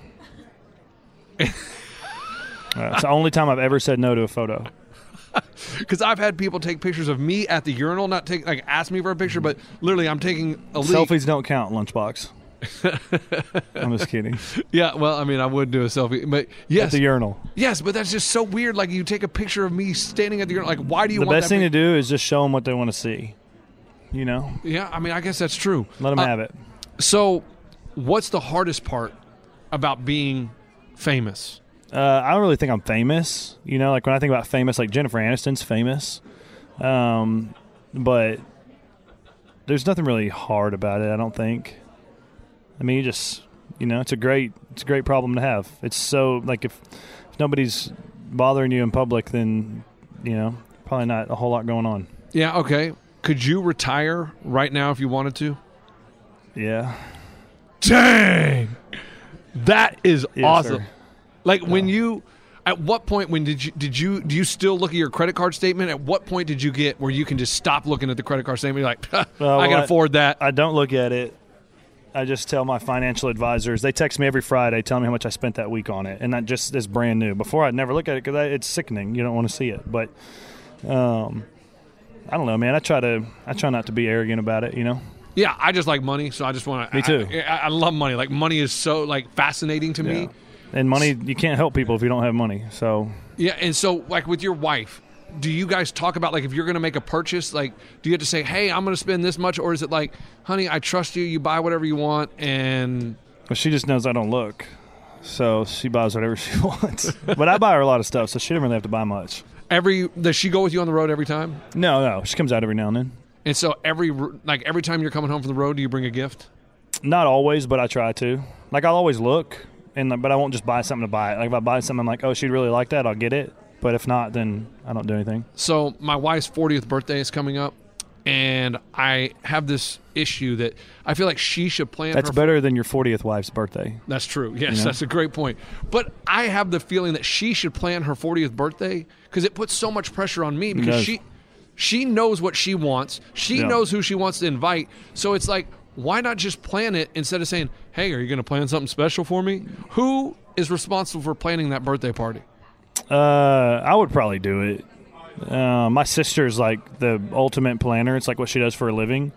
K: Uh, it's the only time I've ever said no to a photo.
E: Because I've had people take pictures of me at the urinal, not take like ask me for a picture, but literally I'm taking a leak.
K: Mm-hmm. Selfies don't count, Lunchbox. I'm just kidding.
E: Yeah, well, I mean, I would do a selfie, but yes,
K: At the urinal.
E: Yes, but that's just so weird. Like you take a picture of me standing at the urinal. Like why do you
K: The
E: want
K: best
E: that
K: thing to do is just show them what they want to see. You know,
E: pic- Yeah, I mean, I guess that's true.
K: let them
E: Uh,
K: have it.
E: So, what's the hardest part about being famous?
K: Uh, I don't really think I'm famous. You know, like when I think about famous, like Jennifer Aniston's famous, um, but there's nothing really hard about it. I don't think. I mean, you just you know, it's a great it's a great problem to have. It's so like if, if nobody's bothering you in public, then you know probably not a whole lot going on.
E: Yeah, okay. Could you retire right now if you wanted to?
K: Yeah.
E: Dang, that is
K: Yes,
E: awesome.
K: sir.
E: Like when you, at what point when did you did you do you still look at your credit card statement? At what point did you get where you can just stop looking at the credit card statement? You're like,
K: Uh,
E: I
K: well,
E: can afford that.
K: I don't look at it. I just tell my financial advisors. They text me every Friday, telling me how much I spent that week on it, and that just is brand new. Before I'd never look at it because it's sickening. You don't want to see it, but um, I don't know, man. I try to I try not to be arrogant about it. You know,
E: Yeah, I just like money, so I just want to.
K: Me too.
E: I, I, I love money. Like money is so like fascinating to me.
K: and money you can't help people if you don't have money. So
E: Yeah, and so like with your wife, do you guys talk about like if you're going to make a purchase, like do you have to say, "Hey, I'm going to spend this much," or is it like, "Honey, I trust you. You buy whatever you want," and
K: Well, she just knows I don't look, so she buys whatever she wants. but I buy her a lot of stuff, so she doesn't really have to buy much.
E: every does she go with you on the road every time?
K: No, no, she comes out every now and then.
E: And so every like every time you're coming home from the road, do you bring a gift?
K: Not always, but I try to. Like I'll always look, and like, but I won't just buy something to buy it. Like if I buy something, I'm like, oh, she'd really like that. I'll get it. But if not, then I don't do anything.
E: So my wife's 40th birthday is coming up, and I have this issue that I feel like she should plan.
K: That's
E: her
K: better than your 40th wife's birthday.
E: That's true. Yes,
K: You know?
E: that's a great point. But I have the feeling that she should plan her 40th birthday because it puts so much pressure on me because
K: does.
E: she she knows what she wants. She
K: Yeah.
E: knows who she wants to invite. So it's like, why not just plan it instead of saying, "Hey, are you going to plan something special for me?" Who is responsible for planning that birthday party?
K: Uh, I would probably do it. Uh, my sister's like the ultimate planner. It's like what she does for a living.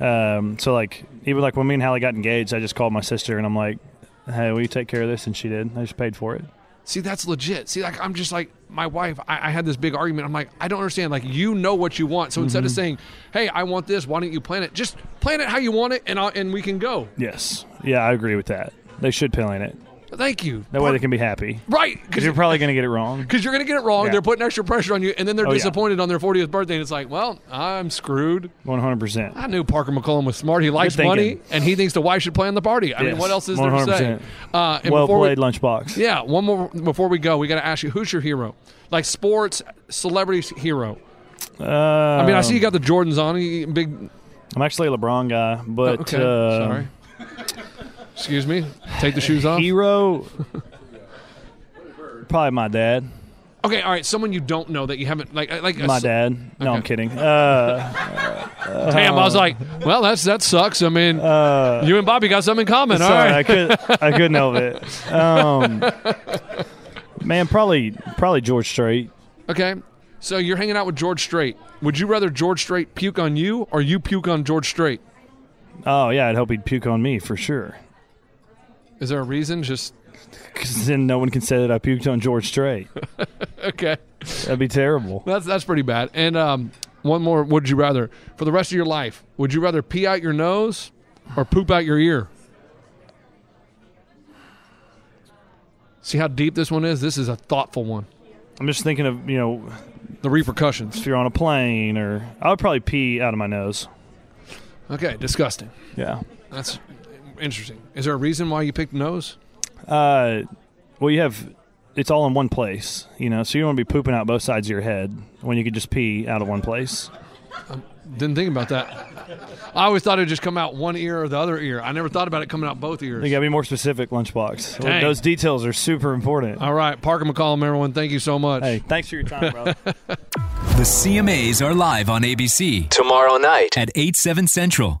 K: Um, so like even like when me and Hallie got engaged, I just called my sister and I'm like, "Hey, will you take care of this?" And she did. I just paid for it.
E: See, that's legit. See, like I'm just like my wife. I, I had this big argument. I'm like, I don't understand. Like you know what you want. So instead of
K: Mhm.
E: saying, "Hey, I want this. Why don't you plan it?" Just plan it how you want it, and I'll, and we can go.
K: Yes. Yeah, I agree with that. They should plan it.
E: Thank you.
K: That way they can be happy.
E: Right,
K: Because you're probably gonna get it wrong.
E: Because you're going to get it wrong.
K: Yeah.
E: They're putting extra pressure on you, and then they're
K: Oh, yeah.
E: disappointed on their 40th birthday. And it's like, well, I'm screwed.
K: 100. percent
E: I knew Parker McCollum was smart. He likes
K: thinking.
E: money, and he thinks the wife should plan the party. I mean,
K: Yes,
E: what else is there to say?
K: 100%.
E: Uh, and
K: Well
E: before we-
K: played, lunchbox.
E: Yeah, one more before we go. We got to ask you, who's your hero? Like sports celebrities hero.
K: Uh,
E: I mean, I see you got the Jordans on. You big.
K: um,
E: Oh,
K: I'm actually a LeBron guy, but
E: okay,
K: uh,
E: sorry. Excuse me. Take the shoes off.
K: Hero. probably my dad.
E: Okay, all right. Someone you don't know that you haven't like uh, like a
K: my
E: ce-
K: dad. No, I'm kidding. Uh, uh,
E: Damn, I was like, well, that's that sucks. I mean, you and Bobby got something in common.
K: sorry,
E: all right,
K: I could I couldn't help it. Um, man, probably probably George Strait.
E: okay, so you're hanging out with George Strait. Would you rather George Strait puke on you or you puke on George Strait?
K: Oh yeah, I'd hope he'd puke on me for sure.
E: Is there a reason? Just
K: 'Cause then no one can say that I puked on George Strait.
E: okay.
K: That'd be terrible.
E: That's that's pretty bad. And um, one more. Would you rather for the rest of your life? Would you rather pee out your nose or poop out your ear? See how deep this one is. This is a thoughtful one.
K: I'm just thinking of you know
E: the repercussions.
K: If you're on a plane, or I would probably pee out of my nose.
E: Okay, disgusting.
K: Yeah.
E: That's interesting. Is there a reason why you picked nose?
K: Uh, well, you have it's all in one place, you know, so you don't want to be pooping out both sides of your head when you could just pee out of one place.
E: Um, Didn't think about that. I always thought it would just come out one ear or the other ear. I never thought about it coming out both ears.
K: You gotta be more specific, lunchbox.
E: Dang.
K: Those details are super important.
E: All right, Parker McCollum, everyone, thank you so much.
K: Hey, thanks for your time, brother.
A: The CMAs are live on ABC tomorrow night at 8 7 Central.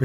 L: or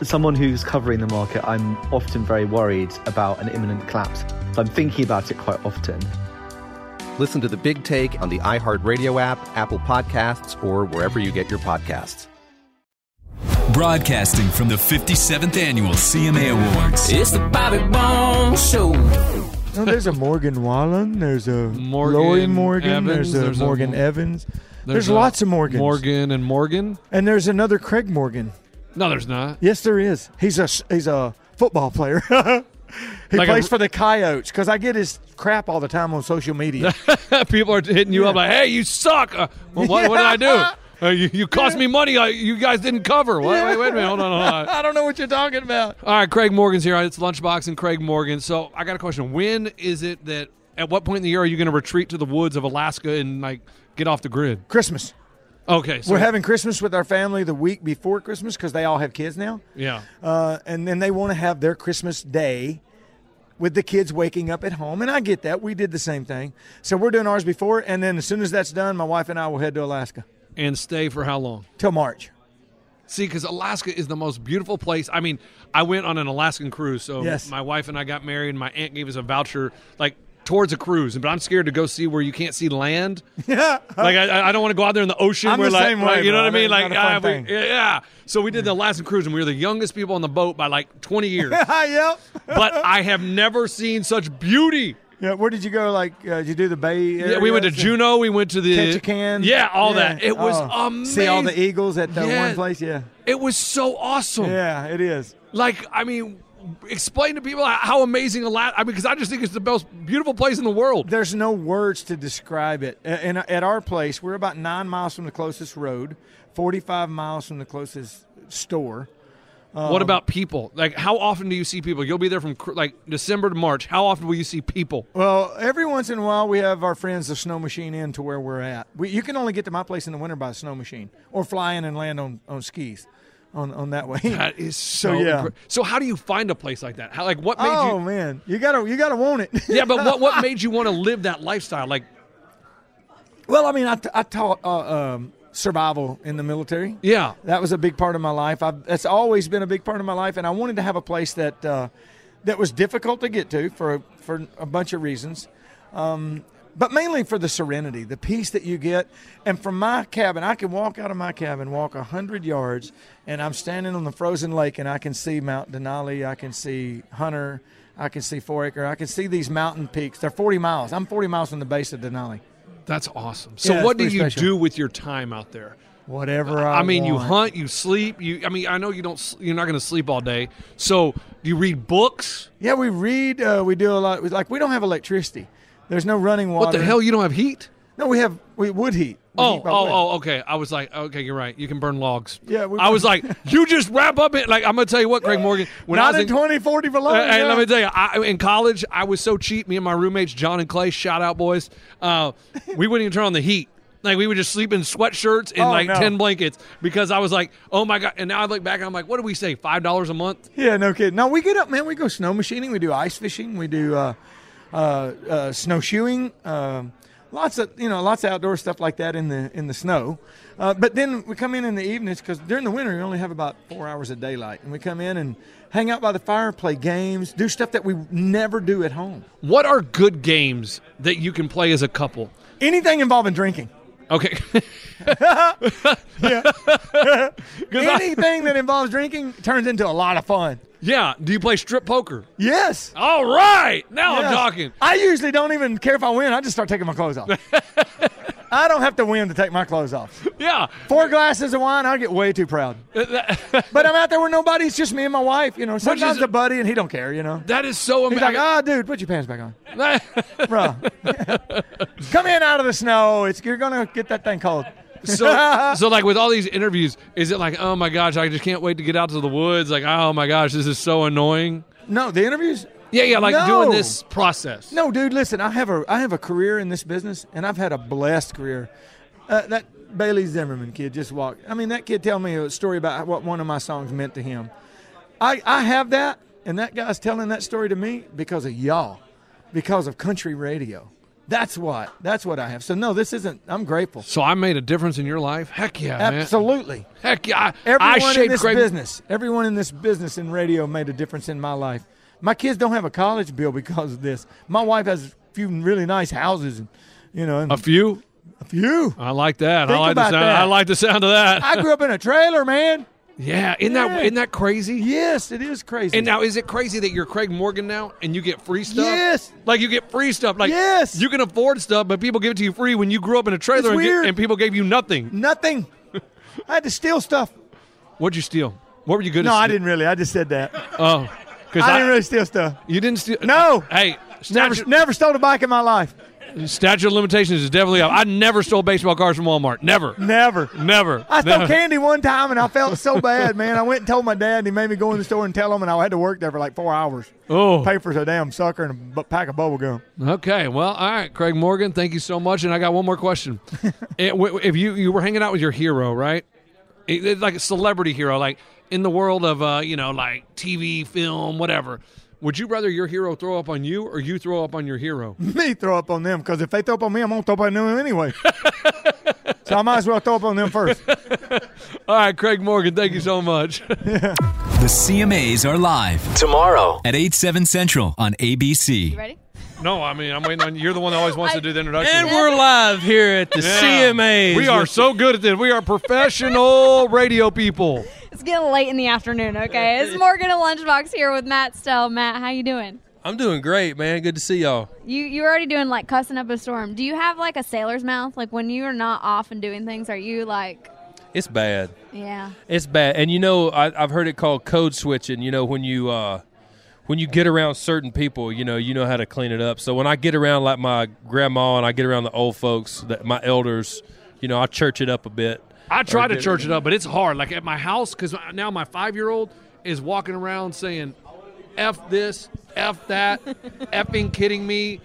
M: As someone who's covering the market, I'm often very worried about an imminent collapse. I'm thinking about it quite often.
N: Listen to the Big Take on the iHeartRadio app, Apple Podcasts, or wherever you get your podcasts.
A: Broadcasting from the 57th Annual CMA Awards.
B: It's the Bobby Bone Show.
O: No, there's a Morgan Wallen. There's a
E: Morgan
O: Lori Morgan.
E: Evans,
O: there's a
E: there's a-
O: Morgan Evans. There's,
E: a
O: lots of Morgans.
E: Morgan and Morgan.
O: And there's another Craig Morgan.
E: No, there's not.
O: Yes, there is. He's a he's a football player. he
E: Like a-
O: plays for the Coyotes because I get his crap all the time on social media.
E: People are hitting you up like, "Hey, you suck! Uh, well, what, what did I do? Uh, you, you cost me money. Uh, you guys didn't cover. Wait, wait, wait a minute. Hold on, hold on."
O: I don't know what you're talking about.
E: All right, Craig Morgan's here. It's Lunchbox and Craig Morgan. So I got a question. When is it that, at what point in the year are you going to retreat to the woods of Alaska and like get off the grid?
O: Christmas.
E: Okay. So,
O: We're having Christmas with our family the week before Christmas because they all have kids now.
E: Yeah.
O: Uh, and then they want to have their Christmas day with the kids waking up at home. And I get that. We did the same thing. So we're doing ours before. And then as soon as that's done, my wife and I will head to Alaska
E: And stay for how long?
O: till March.
E: See, because Alaska is the most beautiful place. I mean, I went on an Alaskan cruise. So
O: Yes.
E: my wife and I got married, and my aunt gave us a voucher like towards a cruise. But I'm scared to go see where you can't see land.
O: Yeah.
E: Like I, I don't want to go out there in the ocean.
O: I'm
E: where
O: the
E: like,
O: same
E: like,
O: way,
E: you know
O: bro.
E: what I mean?
O: That ain't
E: Like
O: not a
E: ah,
O: fun
E: we-
O: thing.
E: yeah. So we did the Alaskan cruise, and we were the youngest people on the boat by like 20 years.
O: yep.
E: but I have never seen such beauty.
O: Yeah. Where did you go? Like, uh, did you do the Bay?
E: Yeah, we went to
O: areas and
E: Juneau. We went to the
O: Ketchikan.
E: Yeah, all that. It was
O: Oh.
E: amazing.
O: See all the eagles at the
E: Yeah.
O: one place. Yeah.
E: It was so awesome.
O: Yeah, it is.
E: Like, I mean, explain to people how amazing Alaska. I mean, because I just think it's the most beautiful place in the world.
O: There's no words to describe it. A- And at our place, we're about nine miles from the closest road, 45 miles from the closest store.
E: what
O: Um,
E: about people? Like, how often do you see people? You'll be there from cr- like December to March. How often will you see people?
O: Well, every once in a while, we have our friends the snow machine in to where we're at. We, you can only get to my place in the winter by the snow machine, or fly in and land on, on skis, on on that way.
E: That is so. incre- so how do you find a place like that? How like what made
O: oh man, you gotta you gotta want it.
E: you? Yeah, but what what made you want to live that lifestyle? Like,
O: Well, I mean, I, t- I taught uh, um, survival in the military.
E: Yeah,
O: that was a big part of my life. I've, that's always been a big part of my life, and I wanted to have a place that uh, that was difficult to get to for a, for a bunch of reasons, um, but mainly for the serenity, the peace that you get. And from my cabin, I can walk out of my cabin, walk hundred yards, and I'm standing on the frozen lake, and I can see Mount Denali, I can see Hunter. I can see Four Acre. I can see these mountain peaks. They're 40 miles. I'm 40 miles from the base of Denali.
E: that's awesome. So
O: Yeah, it's
E: what do
O: pretty
E: you
O: special.
E: do with your time out there?
O: Whatever I,
E: I mean, you
O: want.
E: hunt, you sleep. You, I mean, I know you don't. s- You're not going to sleep all day. So, do you read books?
O: Yeah, we read. Uh, we do a lot. we- Like we don't have electricity. There's no running water.
E: What the hell? You don't have heat?
O: No, we have we wood heat. We
E: Oh,
O: heat by
E: oh,
O: wood.
E: oh, okay. I was like, okay, you're right. You can burn logs.
O: Yeah, we-
E: I was like, you just wrap up it. Like, I'm gonna tell you what, Greg Morgan.
O: Not
E: I was
O: in 2040 for long.
E: Uh, hey,
O: yeah.
E: let me tell you, I, in college, I was so cheap. Me and my roommates, John and Clay, shout out boys. Uh, we wouldn't even turn on the heat. Like we would just sleep in sweatshirts and
O: Oh,
E: like
O: no.
E: ten blankets because I was like, oh my god. And now I look back and I'm like, what do we say? Five dollars a month?
O: Yeah, no kidding. No, we get up, man. We go snow machining. We do ice fishing. We do uh, uh, uh, snowshoeing. Um, lots of you know, lots of outdoor stuff like that in the in the snow. Uh, but then we come in in the evenings because during the winter you only have about four hours of daylight, and we come in and hang out by the fire, play games, do stuff that we never do at home.
E: What are good games that you can play as a couple?
O: Anything involving drinking.
E: Okay.
O: Anything that involves drinking turns into a lot of fun.
E: yeah. Do you play strip poker?
O: Yes.
E: All right. Now I'm
O: Yes.
E: talking.
O: I usually don't even care if I win. I just start taking my clothes off. I don't have to win to take my clothes off.
E: Yeah.
O: Four glasses of wine, I'll get way too proud. but I'm out there with nobody. It's just me and my wife. You know, sometimes a buddy, and he don't care. You know.
E: That is so
O: He's
E: amazing.
O: like, ah, dude, put your pants back on, bro. Come in out of the snow. It's you're gonna get that thing cold.
E: so, so like with all these interviews, is it like, oh my gosh, I just can't wait to get out to the woods? Like, oh my gosh, this is so annoying.
O: No, the interviews.
E: Yeah, yeah, like
O: No.
E: doing this process.
O: No, dude, listen. I have a I have a career in this business, and I've had a blessed career. Uh, that Bailey Zimmerman kid just walked. I mean, that kid tell me a story about what one of my songs meant to him. I I have that, and that guy's telling that story to me because of y'all, because of country radio. That's what that's what I have. So no, this isn't. I'm grateful.
E: So I made a difference in your life. Heck yeah, man.
O: Absolutely.
E: Heck yeah. I- I
O: Everyone in
E: shaped
O: this
E: great-
O: business, everyone in this business in radio made a difference in my life. My kids don't have a college bill because of this. My wife has a few really nice houses, and you know, and
E: A few.
O: A few.
E: I like that. I
O: Think
E: like the
O: about
E: sound.
O: that.
E: I like the sound of that.
O: I grew up in a trailer, man.
E: Yeah, isn't that- isn't that crazy?
O: Yes, it is crazy.
E: And now, is it crazy that you're Craig Morgan now and you get free stuff?
O: Yes.
E: Like you get free stuff. Like
O: Yes.
E: you can afford stuff, but people give it to you free when you grew up in a trailer and, get-
O: weird.
E: and people gave you nothing.
O: nothing. I had to steal stuff.
E: What'd you steal? What were you good
O: no,
E: at?
O: I
E: steal-
O: didn't really. I just said that.
E: Oh,
O: I,
E: because I,
O: didn't really steal stuff.
E: You didn't steal.
O: No.
E: Hey,
O: Never,
E: statute,
O: never stole a bike in my life.
E: statute of limitations is definitely up. I never stole baseball cards from Walmart. Never.
O: Never.
E: Never.
O: I stole
E: Never.
O: candy one time and I felt so bad, man. I went and told my dad, and he made me go in the store and tell him, and I had to work there for like four hours.
E: Oh.
O: Pay for a damn sucker and a bu- pack of bubble gum.
E: Okay, well, all right, Craig Morgan, thank you so much. And I got one more question. It- w- if you you were hanging out with your hero, right? It- it's like a celebrity hero, like in the world of uh, you know, like TV, film, whatever. Would you rather your hero throw up on you or you throw up on your hero?
O: Me throw up on them because if they throw up on me, I'm gonna throw up on them anyway. so I might as well throw up on them first.
E: All right, Craig Morgan, thank you so much.
A: The CMAs are live tomorrow at 8, 7 central on ABC.
C: ready?
E: no, I mean, I'm waiting on you're the one that always wants to do the introduction.
P: And we're live here at the CMAs.
E: We are
P: with-
E: so good at this. We are professional radio people.
C: It's getting late in the afternoon. Okay, it's Morgan and Lunchbox here with Matt Stell. Matt, how you doing?
P: I'm doing great, man. Good to see y'all.
C: You you're already doing like cussing up a storm. Do you have like a sailor's mouth? Like when you are not off and doing things, are you like
P: It's bad.
C: yeah?
P: It's bad. And you know, I, I've heard it called code switching. You know, when you uh, when you get around certain people, you know, you know how to clean it up. So when I get around like my grandma and I get around the old folks, that my elders, you know, I church it up a bit.
E: I
P: Or
E: try to
P: get-
E: church it up, but it's hard. Like at my house, because now my five year old is walking around saying, F this, F that, effing kidding me.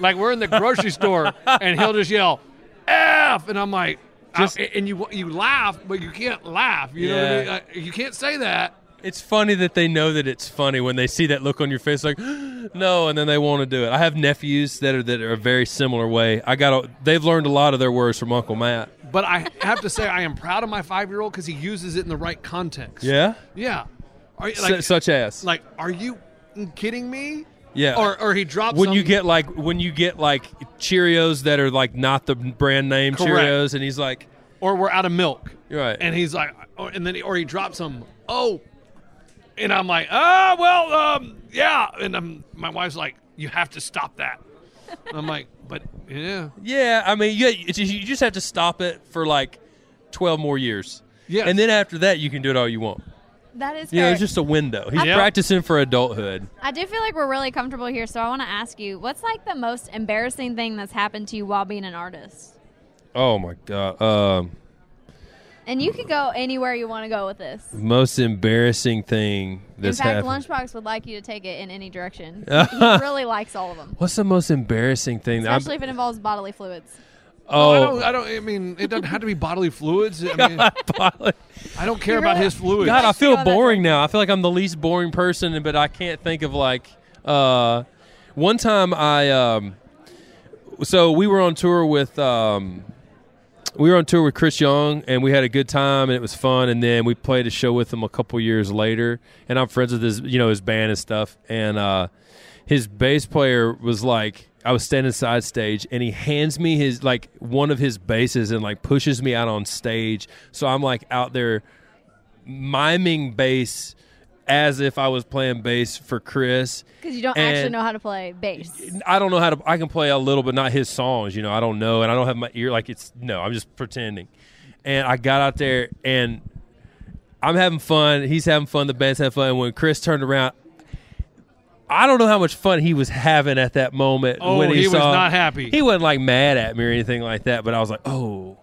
E: Like we're in the grocery store and he'll just yell, F. And I'm like, I- and you you laugh, but you can't laugh. You know what I mean?
P: Yeah.
E: Like, you can't say that.
P: It's funny that they know that it's funny when they see that look on your face, like no, and then they want to do it. I have nephews that are that are a very similar way. I got a, they've learned a lot of their words from Uncle Matt.
E: But I have to say, I am proud of my five year old because he uses it in the right context.
P: Yeah,
E: Yeah. Are, you-
P: Su- such as
E: Like, are you kidding me?
P: yeah,
E: Or, or he drops
P: when you
E: something-
P: get like when you get like Cheerios that are like not the brand name
E: Correct.
P: Cheerios, and he's like,
E: or we're out of milk.
P: right,
E: And he's like, or, and then he, or he drops him. Oh, and I'm like, ah, well, um, yeah. And I'm, my wife's like, you have to stop that. I'm like, but yeah,
P: yeah. I mean, yeah, it's just, you just have to stop it for like twelve more years.
E: Yeah,
P: and then after that, you can do it all you want.
C: That is
P: You know,
C: fair.
P: it's just a window. He's
C: Yeah.
P: practicing for adulthood.
C: I do feel like we're really comfortable here, so I want to ask you, what's like the most embarrassing thing that's happened to you while being an artist?
P: Oh my god. Um,
C: And you can go anywhere you want to go with this.
P: most embarrassing thing that's
C: in fact,
P: happened.
C: Lunchbox would like you to take it in any direction. he really likes all of them,
P: What's the most embarrassing thing? that I'm-
C: especially if it involves bodily fluids.
P: oh,
E: I don't, I don't. I mean, it doesn't have to be bodily fluids. I mean, I don't care about his fluids.
P: God, I feel boring now. I feel like I'm the least boring person, but I can't think of like. Uh, one time I, um, so we were on tour with, um, we were on tour with Chris Young, and we had a good time, and it was fun. And then we played a show with him a couple years later, and I'm friends with his, you know, his band and stuff. And uh, his bass player was like, I was standing side stage, and he hands me his like one of his basses and like pushes me out on stage. So I'm like out there miming bass as if I was playing bass for Chris.
C: Because you don't actually
P: And-
C: know how to play bass.
P: I don't know how to. I can play a little, but not his songs. You know, I don't know, and I don't have my ear. Like it's no, I'm just pretending. And I got out there, and I'm having fun. He's having fun. The band's having fun. And when Chris turned around, I don't know how much fun he was having at that moment.
E: Oh,
P: when he,
E: he was
P: saw-
E: not happy.
P: He wasn't like mad at me or anything like that. But I was like, oh.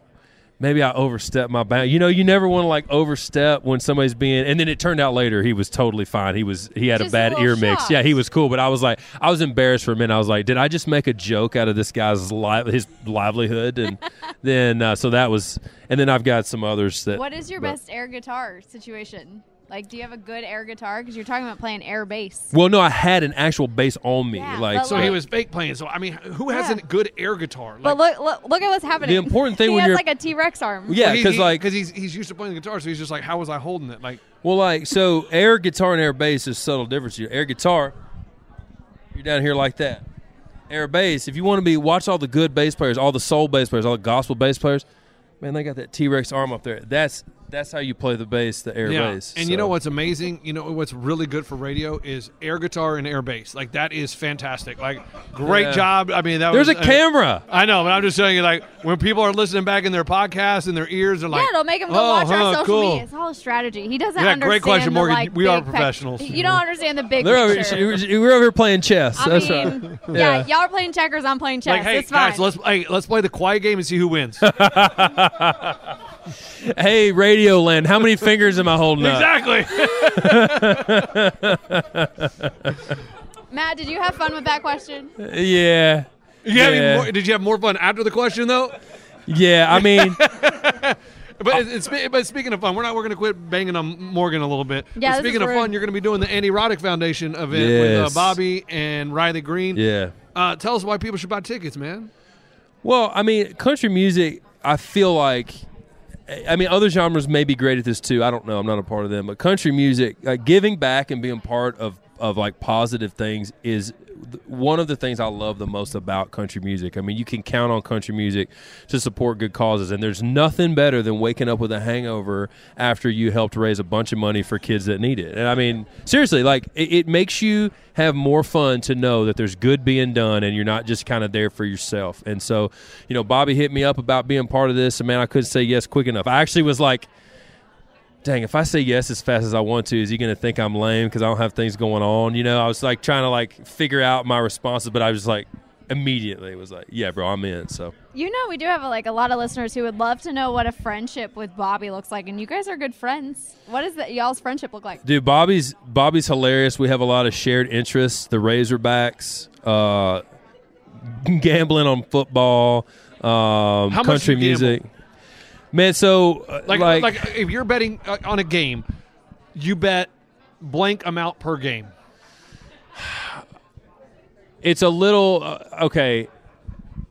P: Maybe I overstepped my bound. You know, you never want to like overstep when somebody's being. And then it turned out later he was totally fine. He was he had
D: Just
P: a
D: a
P: bad
D: little
P: ear mix.
D: shocked.
P: Yeah, he was cool, but I was like, I was embarrassed for a minute. I was like, did I just make a joke out of this guy's li- his livelihood? And then uh, so that was, and then I've got some others that.
C: what is your
P: but-
C: best air guitar situation? Like, do you have a good air guitar? Because you're talking about playing air bass.
P: Well, no, I had an actual bass on me. like
E: so he was fake playing. So I mean, who has a good air guitar?
C: but look, look, look at what's happening.
P: The important thing
C: he
P: when
C: has
P: you're-
C: like a T Rex arm.
P: Yeah,
E: he-
P: 'cause,
E: he-
P: like-
E: 'cause he's he's used to playing the guitar, so he's just like, how was I holding it? Like
P: Well, like so, air guitar and air bass is subtle difference. Your air guitar, you're down here like that. Air bass, if you want to be, watch all the good bass players, all the soul bass players, all the gospel bass players. Man, they got that T Rex arm up there. That's that's how you play the bass, the air
E: yeah.
P: bass.
E: And you
P: so.
E: know what's amazing? You know what's really good for radio is air guitar and air bass. Like that is fantastic. Like great
P: Yeah.
E: job. I mean, that
P: There's
E: was,
P: a camera.
E: I know, but I'm just telling you, like when people are listening back in their podcasts and their ears are like,
C: yeah, it'll make him go
E: oh,
C: watch
E: huh,
C: our social
E: cool.
C: media. It's all a strategy. He doesn't
E: Yeah,
C: understand.
E: great question,
C: the,
E: Morgan.
C: like,
E: We are
C: big pic-
E: professionals.
C: you don't understand the big
P: They're over,
C: picture.
P: you- we're over here playing chess.
C: I
P: That's
C: mean,
P: right.
C: yeah. y'all are playing checkers. I'm playing chess.
E: Like, hey
C: it's fine.
E: guys, let's hey, let's play the quiet game and see who wins.
P: hey, Radio Land, how many fingers am I holding
E: Exactly.
C: Matt, did you have fun with that question?
P: up? yeah.
E: You have
P: Yeah.
E: even more, did you have more fun after the question though?
P: Yeah, I mean,
E: But it's, it's but speaking of fun, we're not we're going to quit banging on Morgan a little bit.
C: Yeah,
E: But
C: this
E: speaking
C: is
E: of
C: rude.
E: fun, you're going to be doing the Andy Roddick Foundation event with uh,
P: Yes.
E: Bobby and Riley Green.
P: yeah.
E: Uh, tell us why people should buy tickets, man.
P: Well, I mean, country music, I feel like. I mean, other genres may be great at this too. I don't know. I'm not a part of them, but country music, like giving back and being part of of like positive things, is th- one of the things I love the most about country music. I mean, you can count on country music to support good causes, and there's nothing better than waking up with a hangover after you helped raise a bunch of money for kids that need it. And I mean, seriously, like it, it makes you have more fun to know that there's good being done and you're not just kind of there for yourself. And so, you know, Bobby hit me up about being part of this, and man, I couldn't say yes quick enough. I actually was like, dang, if I say yes as fast as I want to, is he going to think I'm lame because I don't have things going on? You know, I was like trying to like figure out my responses, but I was like immediately was like, yeah, bro, I'm in. So
C: You know, we do have like a lot of listeners who would love to know what a friendship with Bobby looks like, and you guys are good friends. What does that y'all's friendship look like?
P: Dude, Bobby's Bobby's hilarious. We have a lot of shared interests. The Razorbacks, uh, gambling on football, um,
E: How much
P: country
E: you gamble?
P: music. Man, so uh,
E: Like
P: like,
E: like, if you're betting uh, on a game, you bet blank amount per game.
P: it's a little uh, okay.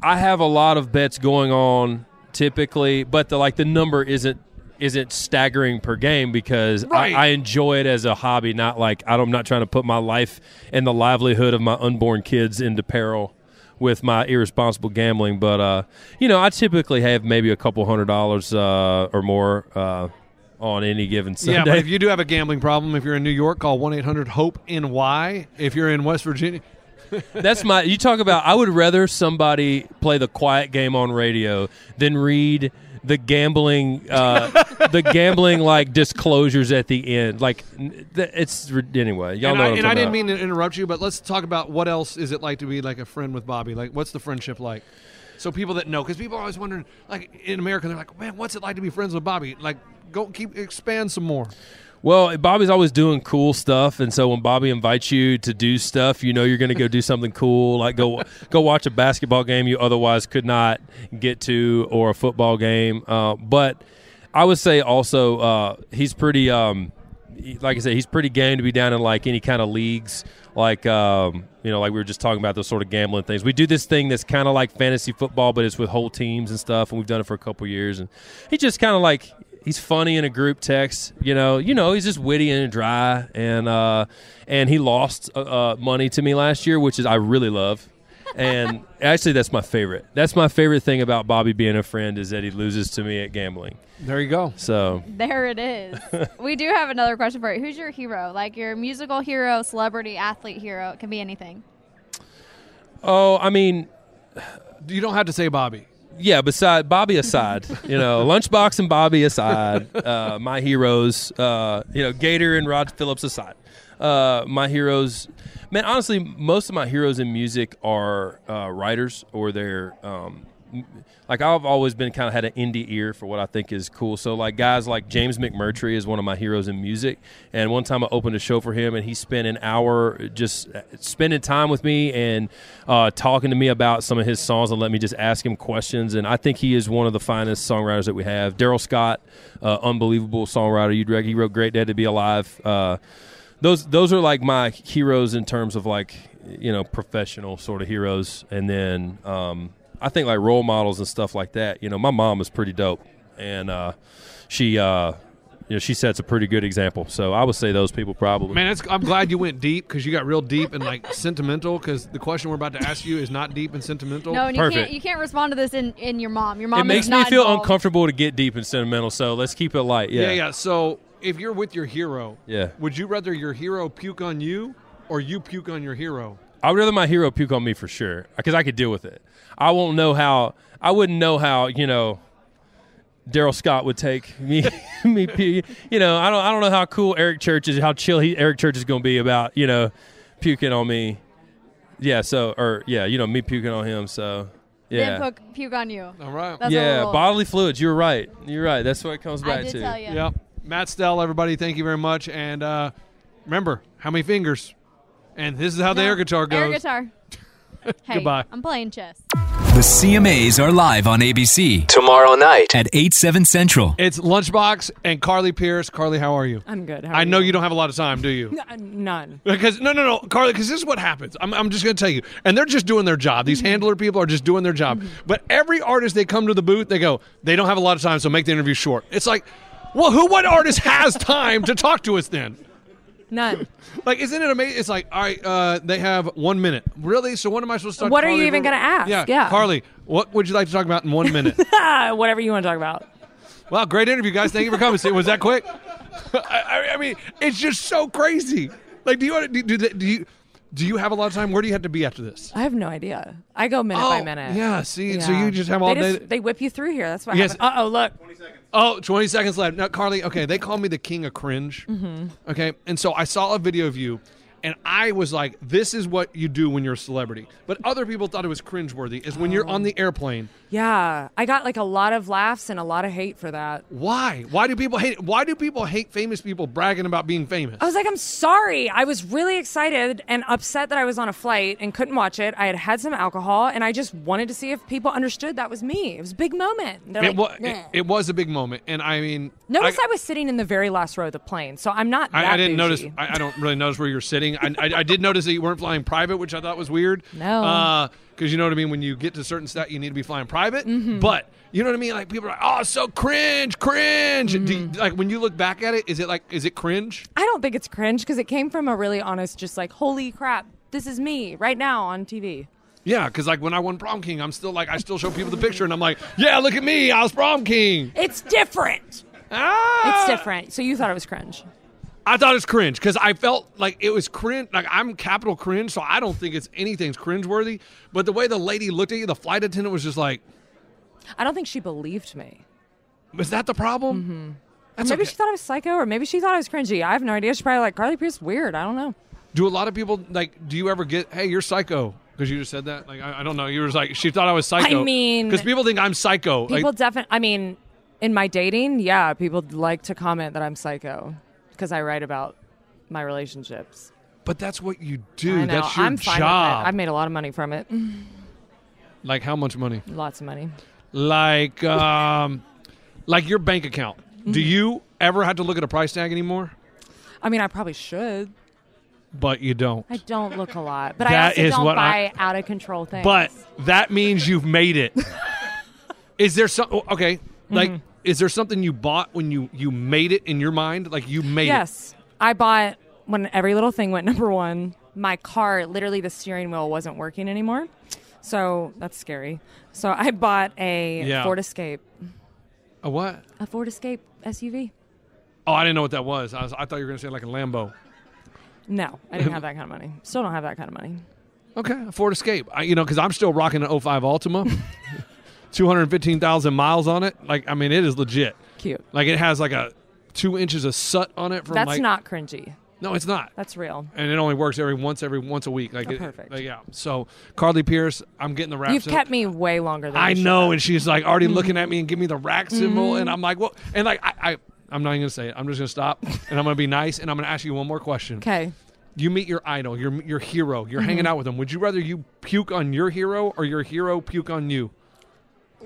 P: I have a lot of bets going on typically, but the like the number isn't isn't staggering per game because
E: Right.
P: I, I enjoy it as a hobby, not like I don't, I'm not trying to put my life and the livelihood of my unborn kids into peril with my irresponsible gambling. But uh, you know, I typically have maybe a couple hundred dollars uh, or more uh, on any given Sunday.
E: Yeah, but if you do have a gambling problem, if you're in New York, call one eight hundred Hope NY. E If you're in West Virginia,
P: That's my. You talk about. I would rather somebody play the quiet game on radio than read the gambling, uh, the gambling like disclosures at the end. Like n- th- it's re- anyway. Y'all
E: and
P: know.
E: I,
P: what I'm
E: and I
P: talking
E: didn't
P: about.
E: mean to interrupt you, but let's talk about what else is it like to be like a friend with Bobby? Like, what's the friendship like? So people that know, because people are always wondering, like in America, they're like, man, what's it like to be friends with Bobby? Like, go keep expand some more.
P: Well, Bobby's always doing cool stuff, and so when Bobby invites you to do stuff, you know you're going to go do something cool, like go go watch a basketball game you otherwise could not get to, or a football game. Uh, but I would say also uh, he's pretty, um, he- like I said, he's pretty game to be down in like any kind of leagues, like um, you know, like we were just talking about those sort of gambling things. We do this thing that's kind of like fantasy football, but it's with whole teams and stuff, and we've done it for a couple years, and he just kind of like he's funny in a group text. You know, you know, he's just witty and dry, and uh, and he lost uh, uh, money to me last year, which is I really love. and actually, that's my favorite. That's my favorite thing about Bobby being a friend is that he loses to me at gambling.
E: There you go.
P: So
C: There it is. we do have another question for you. Who's your hero? Like your musical hero, celebrity, athlete hero. It can be anything.
P: Oh, I mean,
E: you don't have to say Bobby.
P: Yeah, beside Bobby aside, you know, Lunchbox and Bobby aside, uh, my heroes, uh, you know, Gator and Rod Phillips aside, uh, my heroes. Man, honestly, most of my heroes in music are uh, writers or they're um, m- like I've always been kind of had an indie ear for what I think is cool. So like guys like James McMurtry is one of my heroes in music. And one time I opened a show for him, and he spent an hour just uh, spending time with me and uh, talking to me about some of his songs and let me just ask him questions. And I think he is one of the finest songwriters that we have. Daryl Scott, uh, unbelievable songwriter. You'd rec- he wrote "Great Dad to Be Alive." Uh, those those are like my heroes in terms of like you know professional sort of heroes and then um, i think like role models and stuff like that you know my mom is pretty dope and uh, she uh, you know she sets a pretty good example so i would say those people probably
E: Man, it's, I'm glad you went deep because you got real deep and like sentimental. Because the question we're about to ask you is not deep and sentimental.
C: No, and you can't you can't respond to this in, in your mom. Your mom
P: it makes
C: is
P: me
C: not
P: feel
C: involved.
P: uncomfortable to get deep and sentimental so let's keep it light
E: yeah.
P: yeah
E: yeah, So if you're with your hero,
P: Yeah.
E: would you rather your hero puke on you or you puke on your hero?
P: I would rather my hero puke on me for sure because I could deal with it. I won't know how. I wouldn't know how you know. Daryl Scott would take me. me, pu- you know, I don't. I don't know how cool Eric Church is. How chill he Eric Church is going to be about you know puking on me. Yeah. So or yeah, you know me puking on him. So
C: Then
P: yeah.
C: puke, puke on you.
E: All right.
C: That's
P: yeah,
C: What
P: bodily fluids. You're right. You're right. That's what it comes
C: I
P: back
C: did
P: to.
C: tell ya. Yeah.
E: Yep. Matt Stell, everybody, thank you very much. And uh, remember, how many fingers? And this is how the air guitar goes.
C: Air guitar. hey,
A: Goodbye.
C: I'm playing chess.
A: The CMAs are live on ABC. Tomorrow night. At 8, 7 central.
E: It's Lunchbox and Carly Pierce. Carly, how are you?
Q: I'm good. How are
E: I know
Q: you?
E: you don't have a lot of time, do you?
Q: N- None.
E: Because no, no, no, Carly. Because this is what happens. I'm, I'm just going to tell you, and they're just doing their job.
Q: Mm-hmm.
E: These handler people are just doing their job. But every artist they come to the booth, they go, they don't have a lot of time, so make the interview short. It's like, well, who, what artist has time to talk to us then?
Q: None.
E: Like, isn't it amazing? It's like, all right, uh, they have one minute. Really? So what am I supposed to? Talk to
Q: What are you
E: Carly
Q: even
E: about?
Q: gonna ask?
E: Yeah,
Q: Yeah.
E: Carly, what would you like to talk about in one minute?
Q: Whatever you want to talk about.
E: wow, great interview, guys. Thank you for coming. See, was that quick? I, I- I mean, it's just so crazy. Like, do you want to do, do, do you do you have a lot of time? Where do you have to be after this?
Q: I have no idea. I go minute by
E: Oh,
Q: minute.
E: yeah, see, so you just have all
Q: they
E: day-
Q: They whip you through here. That's what
E: Yes.
Q: happened. Uh oh, look.
E: Oh, 20 seconds left. Now, Carly, okay, they call me the king of cringe.
Q: Mhm.
E: Okay. And so I saw a video of you, and I was like, this is what you do when you're a celebrity. But other people thought it was cringeworthy, is when you're on
Q: Oh.
E: the airplane.
Q: Yeah, I got like a lot of laughs and a lot of hate for that.
E: Why? Why do people hate Why do people hate famous people bragging about being famous?
Q: I was like, I'm sorry. I was really excited and upset that I was on a flight and couldn't watch it. I had had some alcohol and I just wanted to see if people understood that was me. It was a big moment. They're
E: It,
Q: like,
E: wa- it,
Q: "Nah."
E: it was a big moment. And I mean,
Q: Notice I, was sitting in the very last row of the plane, so I'm not.
E: I,
Q: that
E: I didn't
Q: bougie.
E: notice. I, I don't really notice where you're sitting. I, I, I did notice that you weren't flying private, which I thought was weird.
Q: No.
E: because you know what I mean. When you get to certain stat, you need to be flying private.
Q: Mm-hmm.
E: But you know what I mean. Like people are like, oh, so cringe, cringe. Do you-
Q: Mm.
E: like when you look back at it, is it like, is it cringe?
Q: I don't think it's cringe because it came from a really honest, just like, holy crap, this is me right now on TV.
E: Yeah, because like when I won prom king, I'm still like, I still show people the picture, and I'm like, yeah, look at me, I was prom king.
Q: It's different.
E: Ah!
Q: It's different. So you thought it was cringe.
E: I thought it was cringe because I felt like it was cringe. Like I'm capital cringe, so I don't think it's anything's cringeworthy. But the way the lady looked at you, the flight attendant was just like,
Q: I don't think she believed me.
E: "Was that the problem?" Mm-hmm. That's
Q: maybe
E: okay.
Q: she thought I was psycho, or maybe she thought I was cringy. I have no idea. She's probably like Carly Pierce, weird. I don't know.
E: Do a lot of people like? Do you ever get, "Hey, you're psycho"? Because you just said that. Like I, I don't know. You were just like, she thought I was psycho.
Q: mean-
E: because people think I'm psycho.
Q: People
E: Oh, like,
Q: definitely. I mean, in my dating, yeah, people like to comment that I'm psycho because I write about my relationships.
E: but that's what you
Q: I
E: do.
Q: know.
E: That's your
Q: I'm fine With
E: job.
Q: it. I've made a lot of money from it.
E: like how much money?
Q: Lots of money.
E: Like, um, like your bank account.
Q: Mm-hmm.
E: Do you ever have to look at a price tag anymore?
Q: I mean, I probably should.
E: But you don't.
Q: I don't look a lot, but I
E: That
Q: also
E: is
Q: don't
E: what I-
Q: buy out of control things.
E: But that means you've made it. is there some oh, okay? Like,
Q: Mhm.
E: is there something you bought when you you made it in your mind? Like you made
Q: yes, I bought when every little thing went number one. My car, literally, the steering wheel wasn't working anymore.
D: So that's scary. So I bought a
E: Yeah.
D: Ford Escape,
E: A what?
D: a Ford Escape SUV.
E: Oh, I didn't know what that was. I, was, I thought you were going to say like a Lambo.
D: No, I didn't have that kind of money. Still don't have that kind of money.
E: Okay, a Ford Escape. I, you know, because I'm still rocking an 05 Altima, 215,000 miles on it. Like, I mean, it is legit.
D: Cute.
E: Like, it has like a two inches of soot on it from
D: That's
E: like.
D: not cringy.
E: No, it's not.
D: That's real.
E: And it only works every once every once a week. Like,
D: Oh,
E: it-
D: perfect.
E: like, yeah. So, Carly Pierce, I'm getting the wraps.
D: You've
E: in.
D: kept me way longer than
E: I
D: you should
E: know,
D: have.
E: and she's like already
D: Mhm.
E: looking at me and give me the rack symbol,
D: Mhm.
E: and I'm like, well, and like I, I I'm not even gonna say it. I'm just gonna stop, and I'm gonna be nice, and I'm gonna ask you one more question.
D: Okay.
E: You meet your idol, your your hero. You're hanging
D: Mhm.
E: out with him. Would you rather you puke on your hero or your hero puke on you?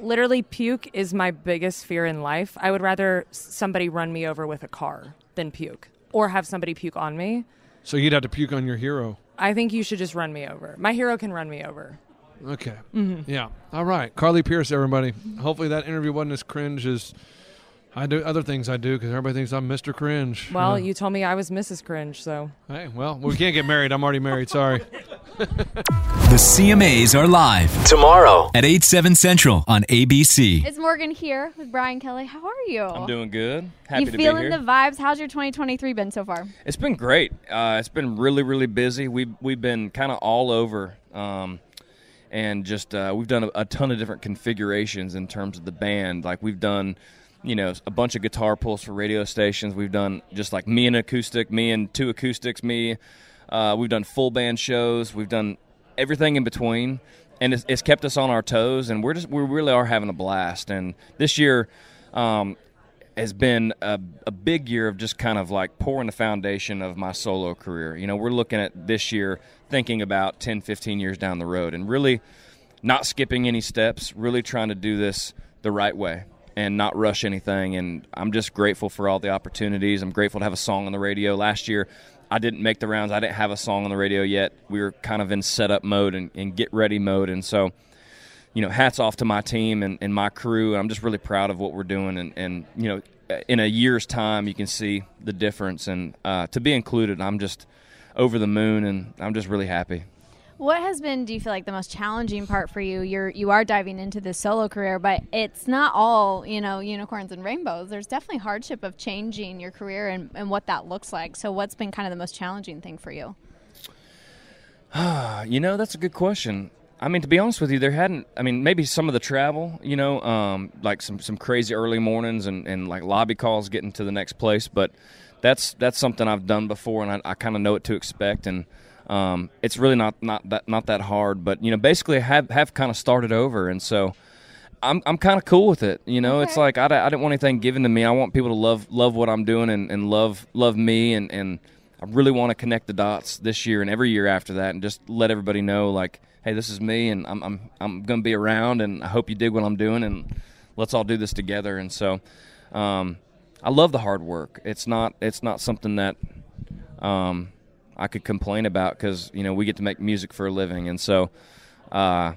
D: Literally, puke is my biggest fear in life. I would rather s- somebody run me over with a car than puke, or have somebody puke on me.
E: So you'd have to puke on your hero.
D: I think you should just run me over. My hero can run me over.
E: Okay.
D: Mhm.
E: Yeah. All right. Carly Pierce, everybody. Hopefully that interview wasn't as cringe as I do other things I do because everybody thinks I'm Mr. Cringe.
D: Well,
E: Uh,
D: you told me I was Mrs. Cringe, so
E: hey, well, we can't get married. I'm already married. Sorry.
A: The CMAs are live tomorrow at 8, 7 central on ABC.
C: It's Morgan here with Brian Kelly. How are you?
R: I'm doing good. Happy
C: you
R: to be
C: feeling
R: here.
C: the vibes? How's your 2023 been so far?
R: it's been great. Uh, it's been really, really busy. We've we've been kind of all over, um, and just uh, we've done a, a ton of different configurations in terms of the band. Like we've done, you know, a bunch of guitar pulls for radio stations. We've done just like me and acoustic, me and two acoustics, me. Uh, we've done full band shows. We've done everything in between, and it's, it's kept us on our toes. And we're just we really are having a blast. And this year. Um, has been a, a big year of just kind of like pouring the foundation of my solo career. You know, we're looking at this year thinking about 10, 15 years down the road and really not skipping any steps, really trying to do this the right way and not rush anything. And I'm just grateful for all the opportunities. I'm grateful to have a song on the radio. Last year, I didn't make the rounds, I didn't have a song on the radio yet. We were kind of in setup mode and, and get ready mode. And so, you know, hats off to my team and, and my crew. I'm just really proud of what we're doing. And, and you know, in a year's time, you can see the difference. And uh, to be included, I'm just over the moon and I'm just really happy.
C: What has been, do you feel like, the most challenging part for you? You're you are diving into this solo career, but it's not all you know unicorns and rainbows. There's definitely hardship of changing your career and, and what that looks like. So, what's been kind of the most challenging thing for you?
R: Ah, you know, that's a good question. I mean, to be honest with you, there hadn't. I mean, maybe some of the travel, you know, um, like some, some crazy early mornings and, and like lobby calls getting to the next place. But that's that's something I've done before, and I, I kind of know what to expect. And um, it's really not not that not that hard. But you know, basically, I have have kind of started over, and so I'm I'm kind of cool with it. You know, it's like I, d- I didn't want anything given to me. I want people to love love what I'm doing and, and love love me and and I really want to connect the dots this year and every year after that and just let everybody know like, hey, this is me and I'm I'm I'm gonna be around and I hope you dig what I'm doing and let's all do this together. And so, um, I love the hard work. It's not it's not something that um, I could complain about because you know we get to make music for a living, and so uh,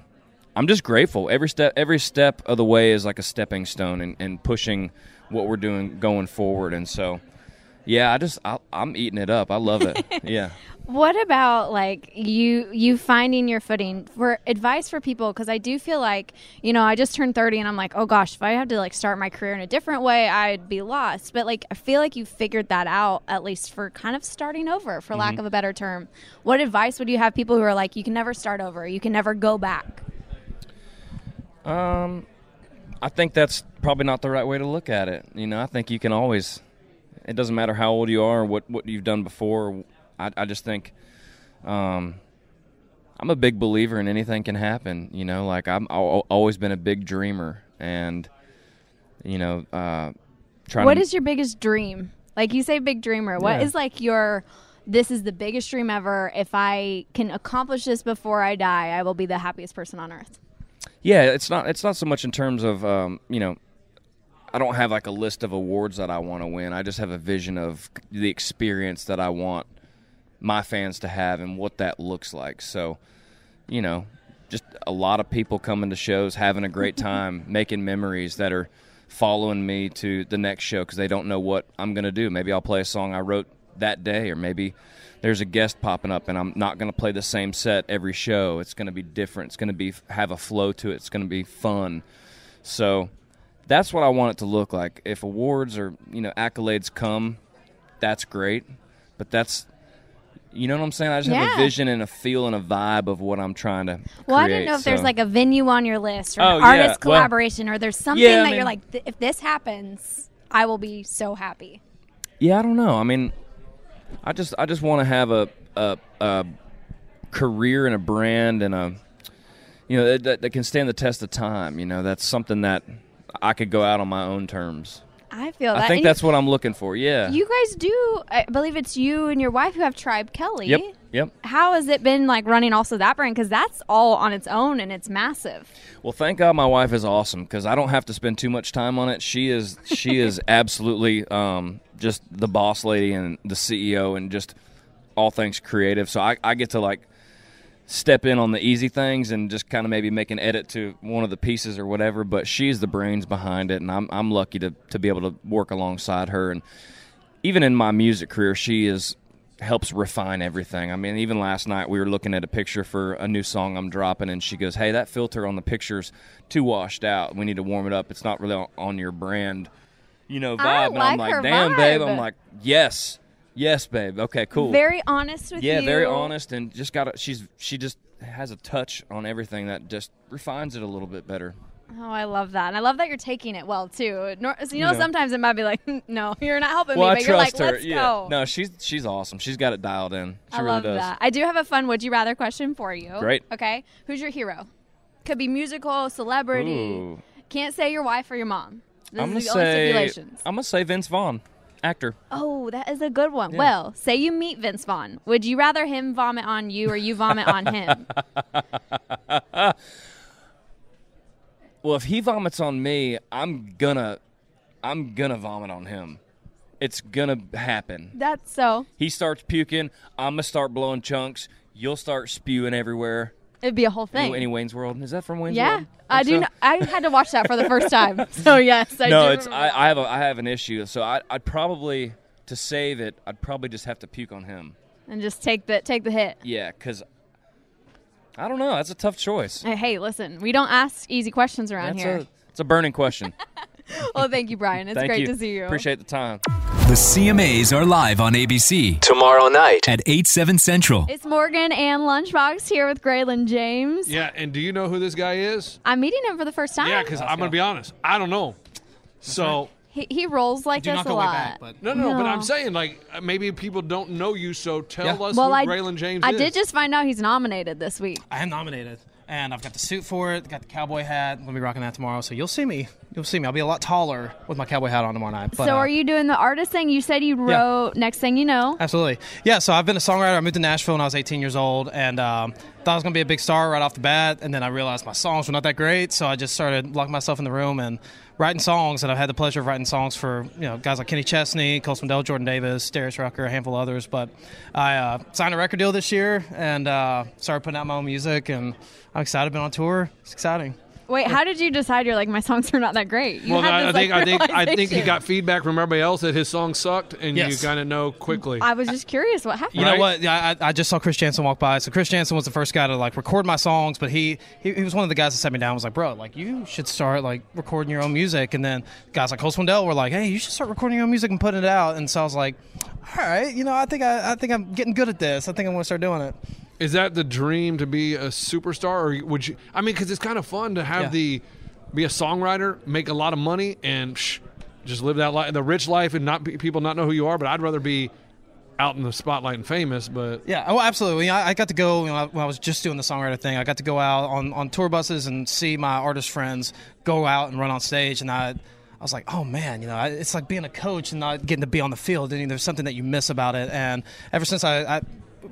R: I'm just grateful. Every step every step of the way is like a stepping stone and, and pushing what we're doing going forward, and so. Yeah, I just I, I'm eating it up. I love it. yeah.
C: What about like you you finding your footing for advice for people because I do feel like you know I just turned 30 and I'm like oh gosh if I had to like start my career in a different way I'd be lost but like I feel like you figured that out at least for kind of starting over for lack
R: Mhm.
C: of a better term what advice would you have people who are like you can never start over you can never go back
R: Um, I think that's probably not the right way to look at it. You know, I think you can always. It doesn't matter how old you are or what what you've done before. I I just think, um, I'm a big believer in anything can happen. You know, like I'm I've always been a big dreamer, and you know, uh, trying.
C: What
R: to,
C: is your biggest dream like you say big dreamer What is
R: Yeah.
C: like your this is the biggest dream ever if I can accomplish this before I die I will be the happiest person on earth
R: Yeah, it's not it's not so much in terms of um, you know, I don't have like a list of awards that I want to win. I just have a vision of the experience that I want my fans to have and what that looks like. So, you know, just a lot of people coming to shows, having a great time, making memories that are following me to the next show because they don't know what I'm going to do. Maybe I'll play a song I wrote that day, or maybe there's a guest popping up, and I'm not going to play the same set every show. It's going to be different. It's going to be have a flow to it. It's going to be fun. So that's what I want it to look like. If awards or you know accolades come, that's great, but that's you know what I'm saying. I just have
C: Yeah.
R: a vision and a feel and a vibe of what I'm trying to.
C: Well, I
R: create,
C: didn't know if there's
R: so-
C: like a venue on your list or an
R: Oh, yeah,
C: artist
R: well-
C: collaboration or there's something
R: Yeah, I
C: that
R: mean-
C: you're like, "Th- if this happens, I will be so happy.
R: Yeah, I don't know. I mean, I just I just want to have a, a a career and a brand and a you know that, that, that can stand the test of time. You know, that's something that I could go out on my own terms.
C: I feel that.
R: I think
C: And you-
R: that's what I'm looking for. Yeah.
C: You guys do, I believe it's you and your wife who have Tribe Kelly.
R: yep. Yep.
C: How has it been like running also that brand? Because that's all on its own and it's massive.
R: Well, thank God my wife is awesome because I don't have to spend too much time on it. She is she is absolutely um, just the boss lady and the CEO and just all things creative. So I, I get to like step in on the easy things and just kind of maybe make an edit to one of the pieces or whatever. But she's the brains behind it, and I'm I'm lucky to to be able to work alongside her. And even in my music career, she is helps refine everything. I mean, even last night we were looking at a picture for a new song I'm dropping, and she goes, "Hey, that filter on the picture's too washed out. We need to warm it up. It's not really on, on your brand, you know, vibe."
C: I
R: and I'm
C: like
R: like,
C: her
R: "Damn, babe." I'm
C: vibe.
R: like, "Yes, yes, babe. Okay, cool."
C: Very honest with
R: yeah,
C: you.
R: very honest, and just got. She's she just has a touch on everything that just refines it a little bit better.
C: Oh, I love that. And I love that you're taking it well, too. Nor- so, you,
R: You
C: know,
R: know.
C: sometimes it might be like, no, you're not helping
R: well,
C: me,
R: I
C: but
R: trust
C: you're like,
R: her.
C: let's
R: yeah,
C: go.
R: no, she's she's awesome. She's got it dialed in. She
C: I
R: really
C: love
R: does.
C: that. I do have a fun would you rather question for you.
R: Great.
C: Okay. Who's your hero? Could be musical, celebrity.
R: Ooh.
C: Can't say your wife or your mom. This
R: I'm gonna
C: is the only
R: say
C: stipulation.
R: I'm gonna say Vince Vaughn, actor.
C: Oh, that is a good one.
R: Yeah.
C: Well, say you meet Vince Vaughn. Would you rather him vomit on you or you vomit on him?
R: well, if he vomits on me, I'm gonna, I'm gonna vomit on him. It's gonna happen.
C: That's so.
R: He starts puking. I'm gonna start blowing chunks. You'll start spewing everywhere.
C: It'd be a whole
R: Any,
C: thing.
R: any Wayne's World? Is that from Wayne's
C: yeah,
R: World?
C: I
R: Think
C: do.
R: so?
C: kn- I had to watch that for the first time. So yes, I
R: no,
C: do.
R: it's I, I have a I have an issue. So I, I'd probably to save it. I'd probably just have to puke on him.
C: and just take the take the hit.
R: Yeah, because I don't know. That's a tough choice.
C: Uh, Hey, listen, we don't ask easy questions around
R: That's
C: here.
R: a it's a burning question.
C: Well, thank you, Brian. It's
R: Thank
C: great
R: you.
C: to see you.
R: Appreciate the time.
A: The CMAs are live on ABC
R: tomorrow night
A: at 8, 7 central.
C: It's Morgan and Lunchbox here with Graylin James.
E: Yeah, and do you know who this guy is?
C: I'm meeting him for the first time.
E: Yeah, because I'm gonna be honest, I don't know. So
C: He, he rolls like this a lot.
E: no, no, no, But I'm saying like uh, maybe people don't know you, so tell us
C: well,
E: who
C: I,
E: Raylan James
C: I
E: is.
C: did just find out he's nominated this week.
S: I am nominated, and I've got the suit for it. Got the cowboy hat. I'm gonna be rocking that tomorrow, so you'll see me. You'll see me. I'll be a lot taller with my cowboy hat on tomorrow night. But,
C: so
S: uh,
C: are you doing the artist thing? You said you
S: Yeah.
C: wrote Next Thing You Know.
S: Absolutely. Yeah, so I've been a songwriter. I moved to Nashville when I was 18 years old and um, thought I was going to be a big star right off the bat. And then I realized my songs were not that great. So I just started locking myself in the room and writing songs. And I've had the pleasure of writing songs for you know guys like Kenny Chesney, Cole Swindell, Jordan Davis, Darius Rucker, a handful of others. But I uh, signed a record deal this year and uh, started putting out my own music. And I'm excited. I've been on tour. It's exciting.
C: Wait, how did you decide you're like, my songs are not that great? You
E: well,
C: had
E: I, I
C: this,
E: think
C: like,
E: I think I think he
C: realization.
E: got feedback from everybody else that his song sucked, and you
S: Yes.
E: kind of know quickly.
C: I was just curious what happened.
S: You know what? Yeah, I, I just saw Chris Jansen walk by. So Chris Jansen was the first guy to like record my songs, but he, he he was one of the guys that sat me down. and Was like, bro, like you should start like recording your own music. And then guys like Cole Swindell were like, hey, you should start recording your own music and putting it out. And so I was like, all right, you know, I think I, I think I'm getting good at this. I think I'm gonna start doing it.
E: Is that the dream to be a superstar, or would you? I mean, because it's kind of fun to have
S: Yeah.
E: the be a songwriter, make a lot of money, and psh, just live that life, the rich life, and not be, people not know who you are. But I'd rather be out in the spotlight and famous. But
S: Yeah, oh, absolutely. You know, I, I got to go you know, when I was just doing the songwriter thing. I got to go out on, on tour buses and see my artist friends go out and run on stage, and I, I was like, oh man, you know, I, it's like being a coach and not getting to be on the field. And you know, there's something that you miss about it. And ever since I, I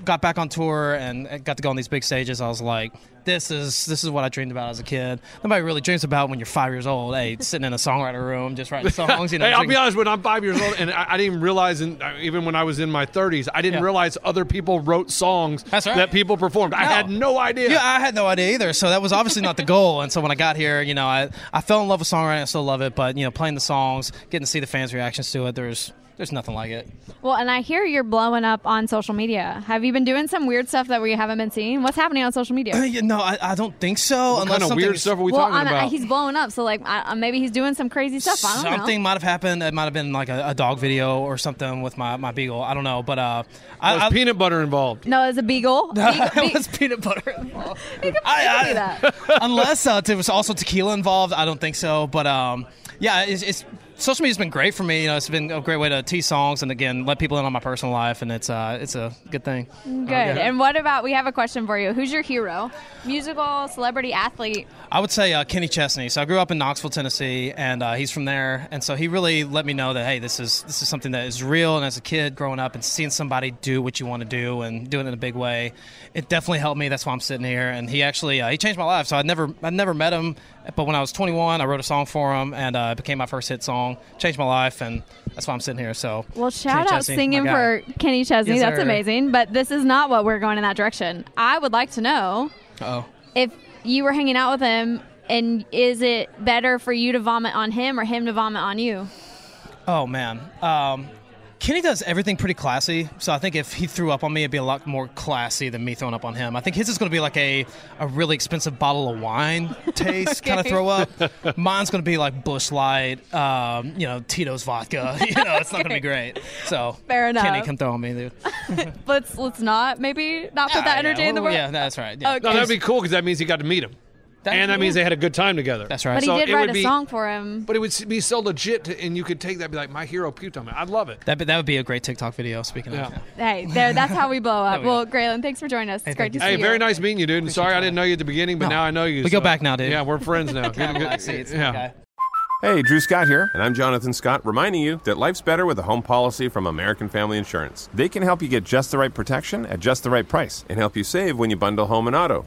S: got back on tour and got to go on these big stages, I was like, this is this is what I dreamed about as a kid. Nobody really dreams about when you're five years old, hey, sitting in a songwriter room just writing songs. You know,
E: hey, I'll be
S: drinking-
E: honest. When I'm five years old, and I, I didn't even realize, in, I- even when I was in my 30s, I didn't
S: Yeah.
E: realize other people wrote songs
S: right.
E: that people performed. I had no idea.
S: Yeah, I had no idea either. So that was obviously not the goal. And so when I got here, you know, I, I fell in love with songwriting. I still love it, but you know, playing the songs, getting to see the fans' reactions to it, there's there's nothing like it.
C: Well, and I hear you're blowing up on social media. Have you been doing some weird stuff that we haven't been seeing? What's happening on social media?
S: Yeah, no, Uh, I, I don't think so.
E: What
S: unless
E: kind of weird
S: something's-
E: stuff are we
C: well,
E: talking
C: I'm-
E: about?
C: he's blowing up, so like I, I- maybe he's doing some crazy stuff. I don't
S: Something
C: know.
S: might have happened. It might have been like a, a dog video or something with my, my beagle. I don't know, but uh, I,
E: Was peanut butter involved?
C: No, it's a beagle.
S: it was peanut butter. I,
C: that.
S: unless uh, there was also tequila involved. I don't think so, but um, yeah, it's, it's social media's been great for me. You know, it's been a great way to tease songs and again let people in on my personal life, and it's uh, it's a good thing.
C: Good. And what about we have a question for you? Who's your hero? Musical, celebrity, athlete.
S: I would say uh, Kenny Chesney. So I grew up in Knoxville, Tennessee, and uh, he's from there. And so he really let me know that hey, this is this is something that is real. And as a kid growing up and seeing somebody do what you want to do and doing it in a big way, it definitely helped me. That's why I'm sitting here. And he actually uh, he changed my life. So I never I never met him, but when I was 21, I wrote a song for him, and uh, it became my first hit song. Changed my life, and that's why I'm sitting here. So
C: Well, shout out
S: Chesney, my
C: singing
S: guy.
C: for Kenny Chesney.
S: Yes,
C: That's
S: sir.
C: amazing. But this is not what we're going in that direction. I would like to know
S: oh.
C: if you were hanging out with him, and is it better for you to vomit on him or him to vomit on you?
S: Oh man, um, Kenny does everything pretty classy. So I think if he threw up on me, it'd be a lot more classy than me throwing up on him. I think his is going to be like a, a really expensive bottle of wine taste kind of
H: Okay.
S: throw up. Mine's going to be like Bush Light, um, you know, Tito's vodka. You know, it's not going to be great. So
C: Fair enough.
S: Kenny, come throw on me, dude.
C: let's let's not maybe not put
S: Yeah,
C: that energy
S: yeah,
C: in the
S: ooh,
C: world.
S: Yeah, that's right.
C: Okay.
E: No, that'd be cool because that means he got to meet him, and that means they had a good time together. That's
C: But he did write a song for him.
E: But it would be so legit, to, and you could take that and be like, my hero puked on me. I'd love it.
S: That that would be a great TikTok video. Speaking of.
C: Hey, there. That's how we blow up.
S: we
C: well, Graylin, thanks for joining us. It's great to see
E: Hey,
C: you.
E: very nice meeting you, dude. And sorry I didn't know you at the beginning, but now I know you.
S: We go
E: so-
S: back now, dude.
E: Yeah, we're friends now.
S: Yeah,
E: Good-
S: relax,
E: good-
S: it's
E: yeah.
J: Hey, Drew Scott here. And I'm Jonathan Scott, reminding you that life's better with a home policy from American Family Insurance. They can help you get just the right protection at just the right price and help you save when you bundle home and auto.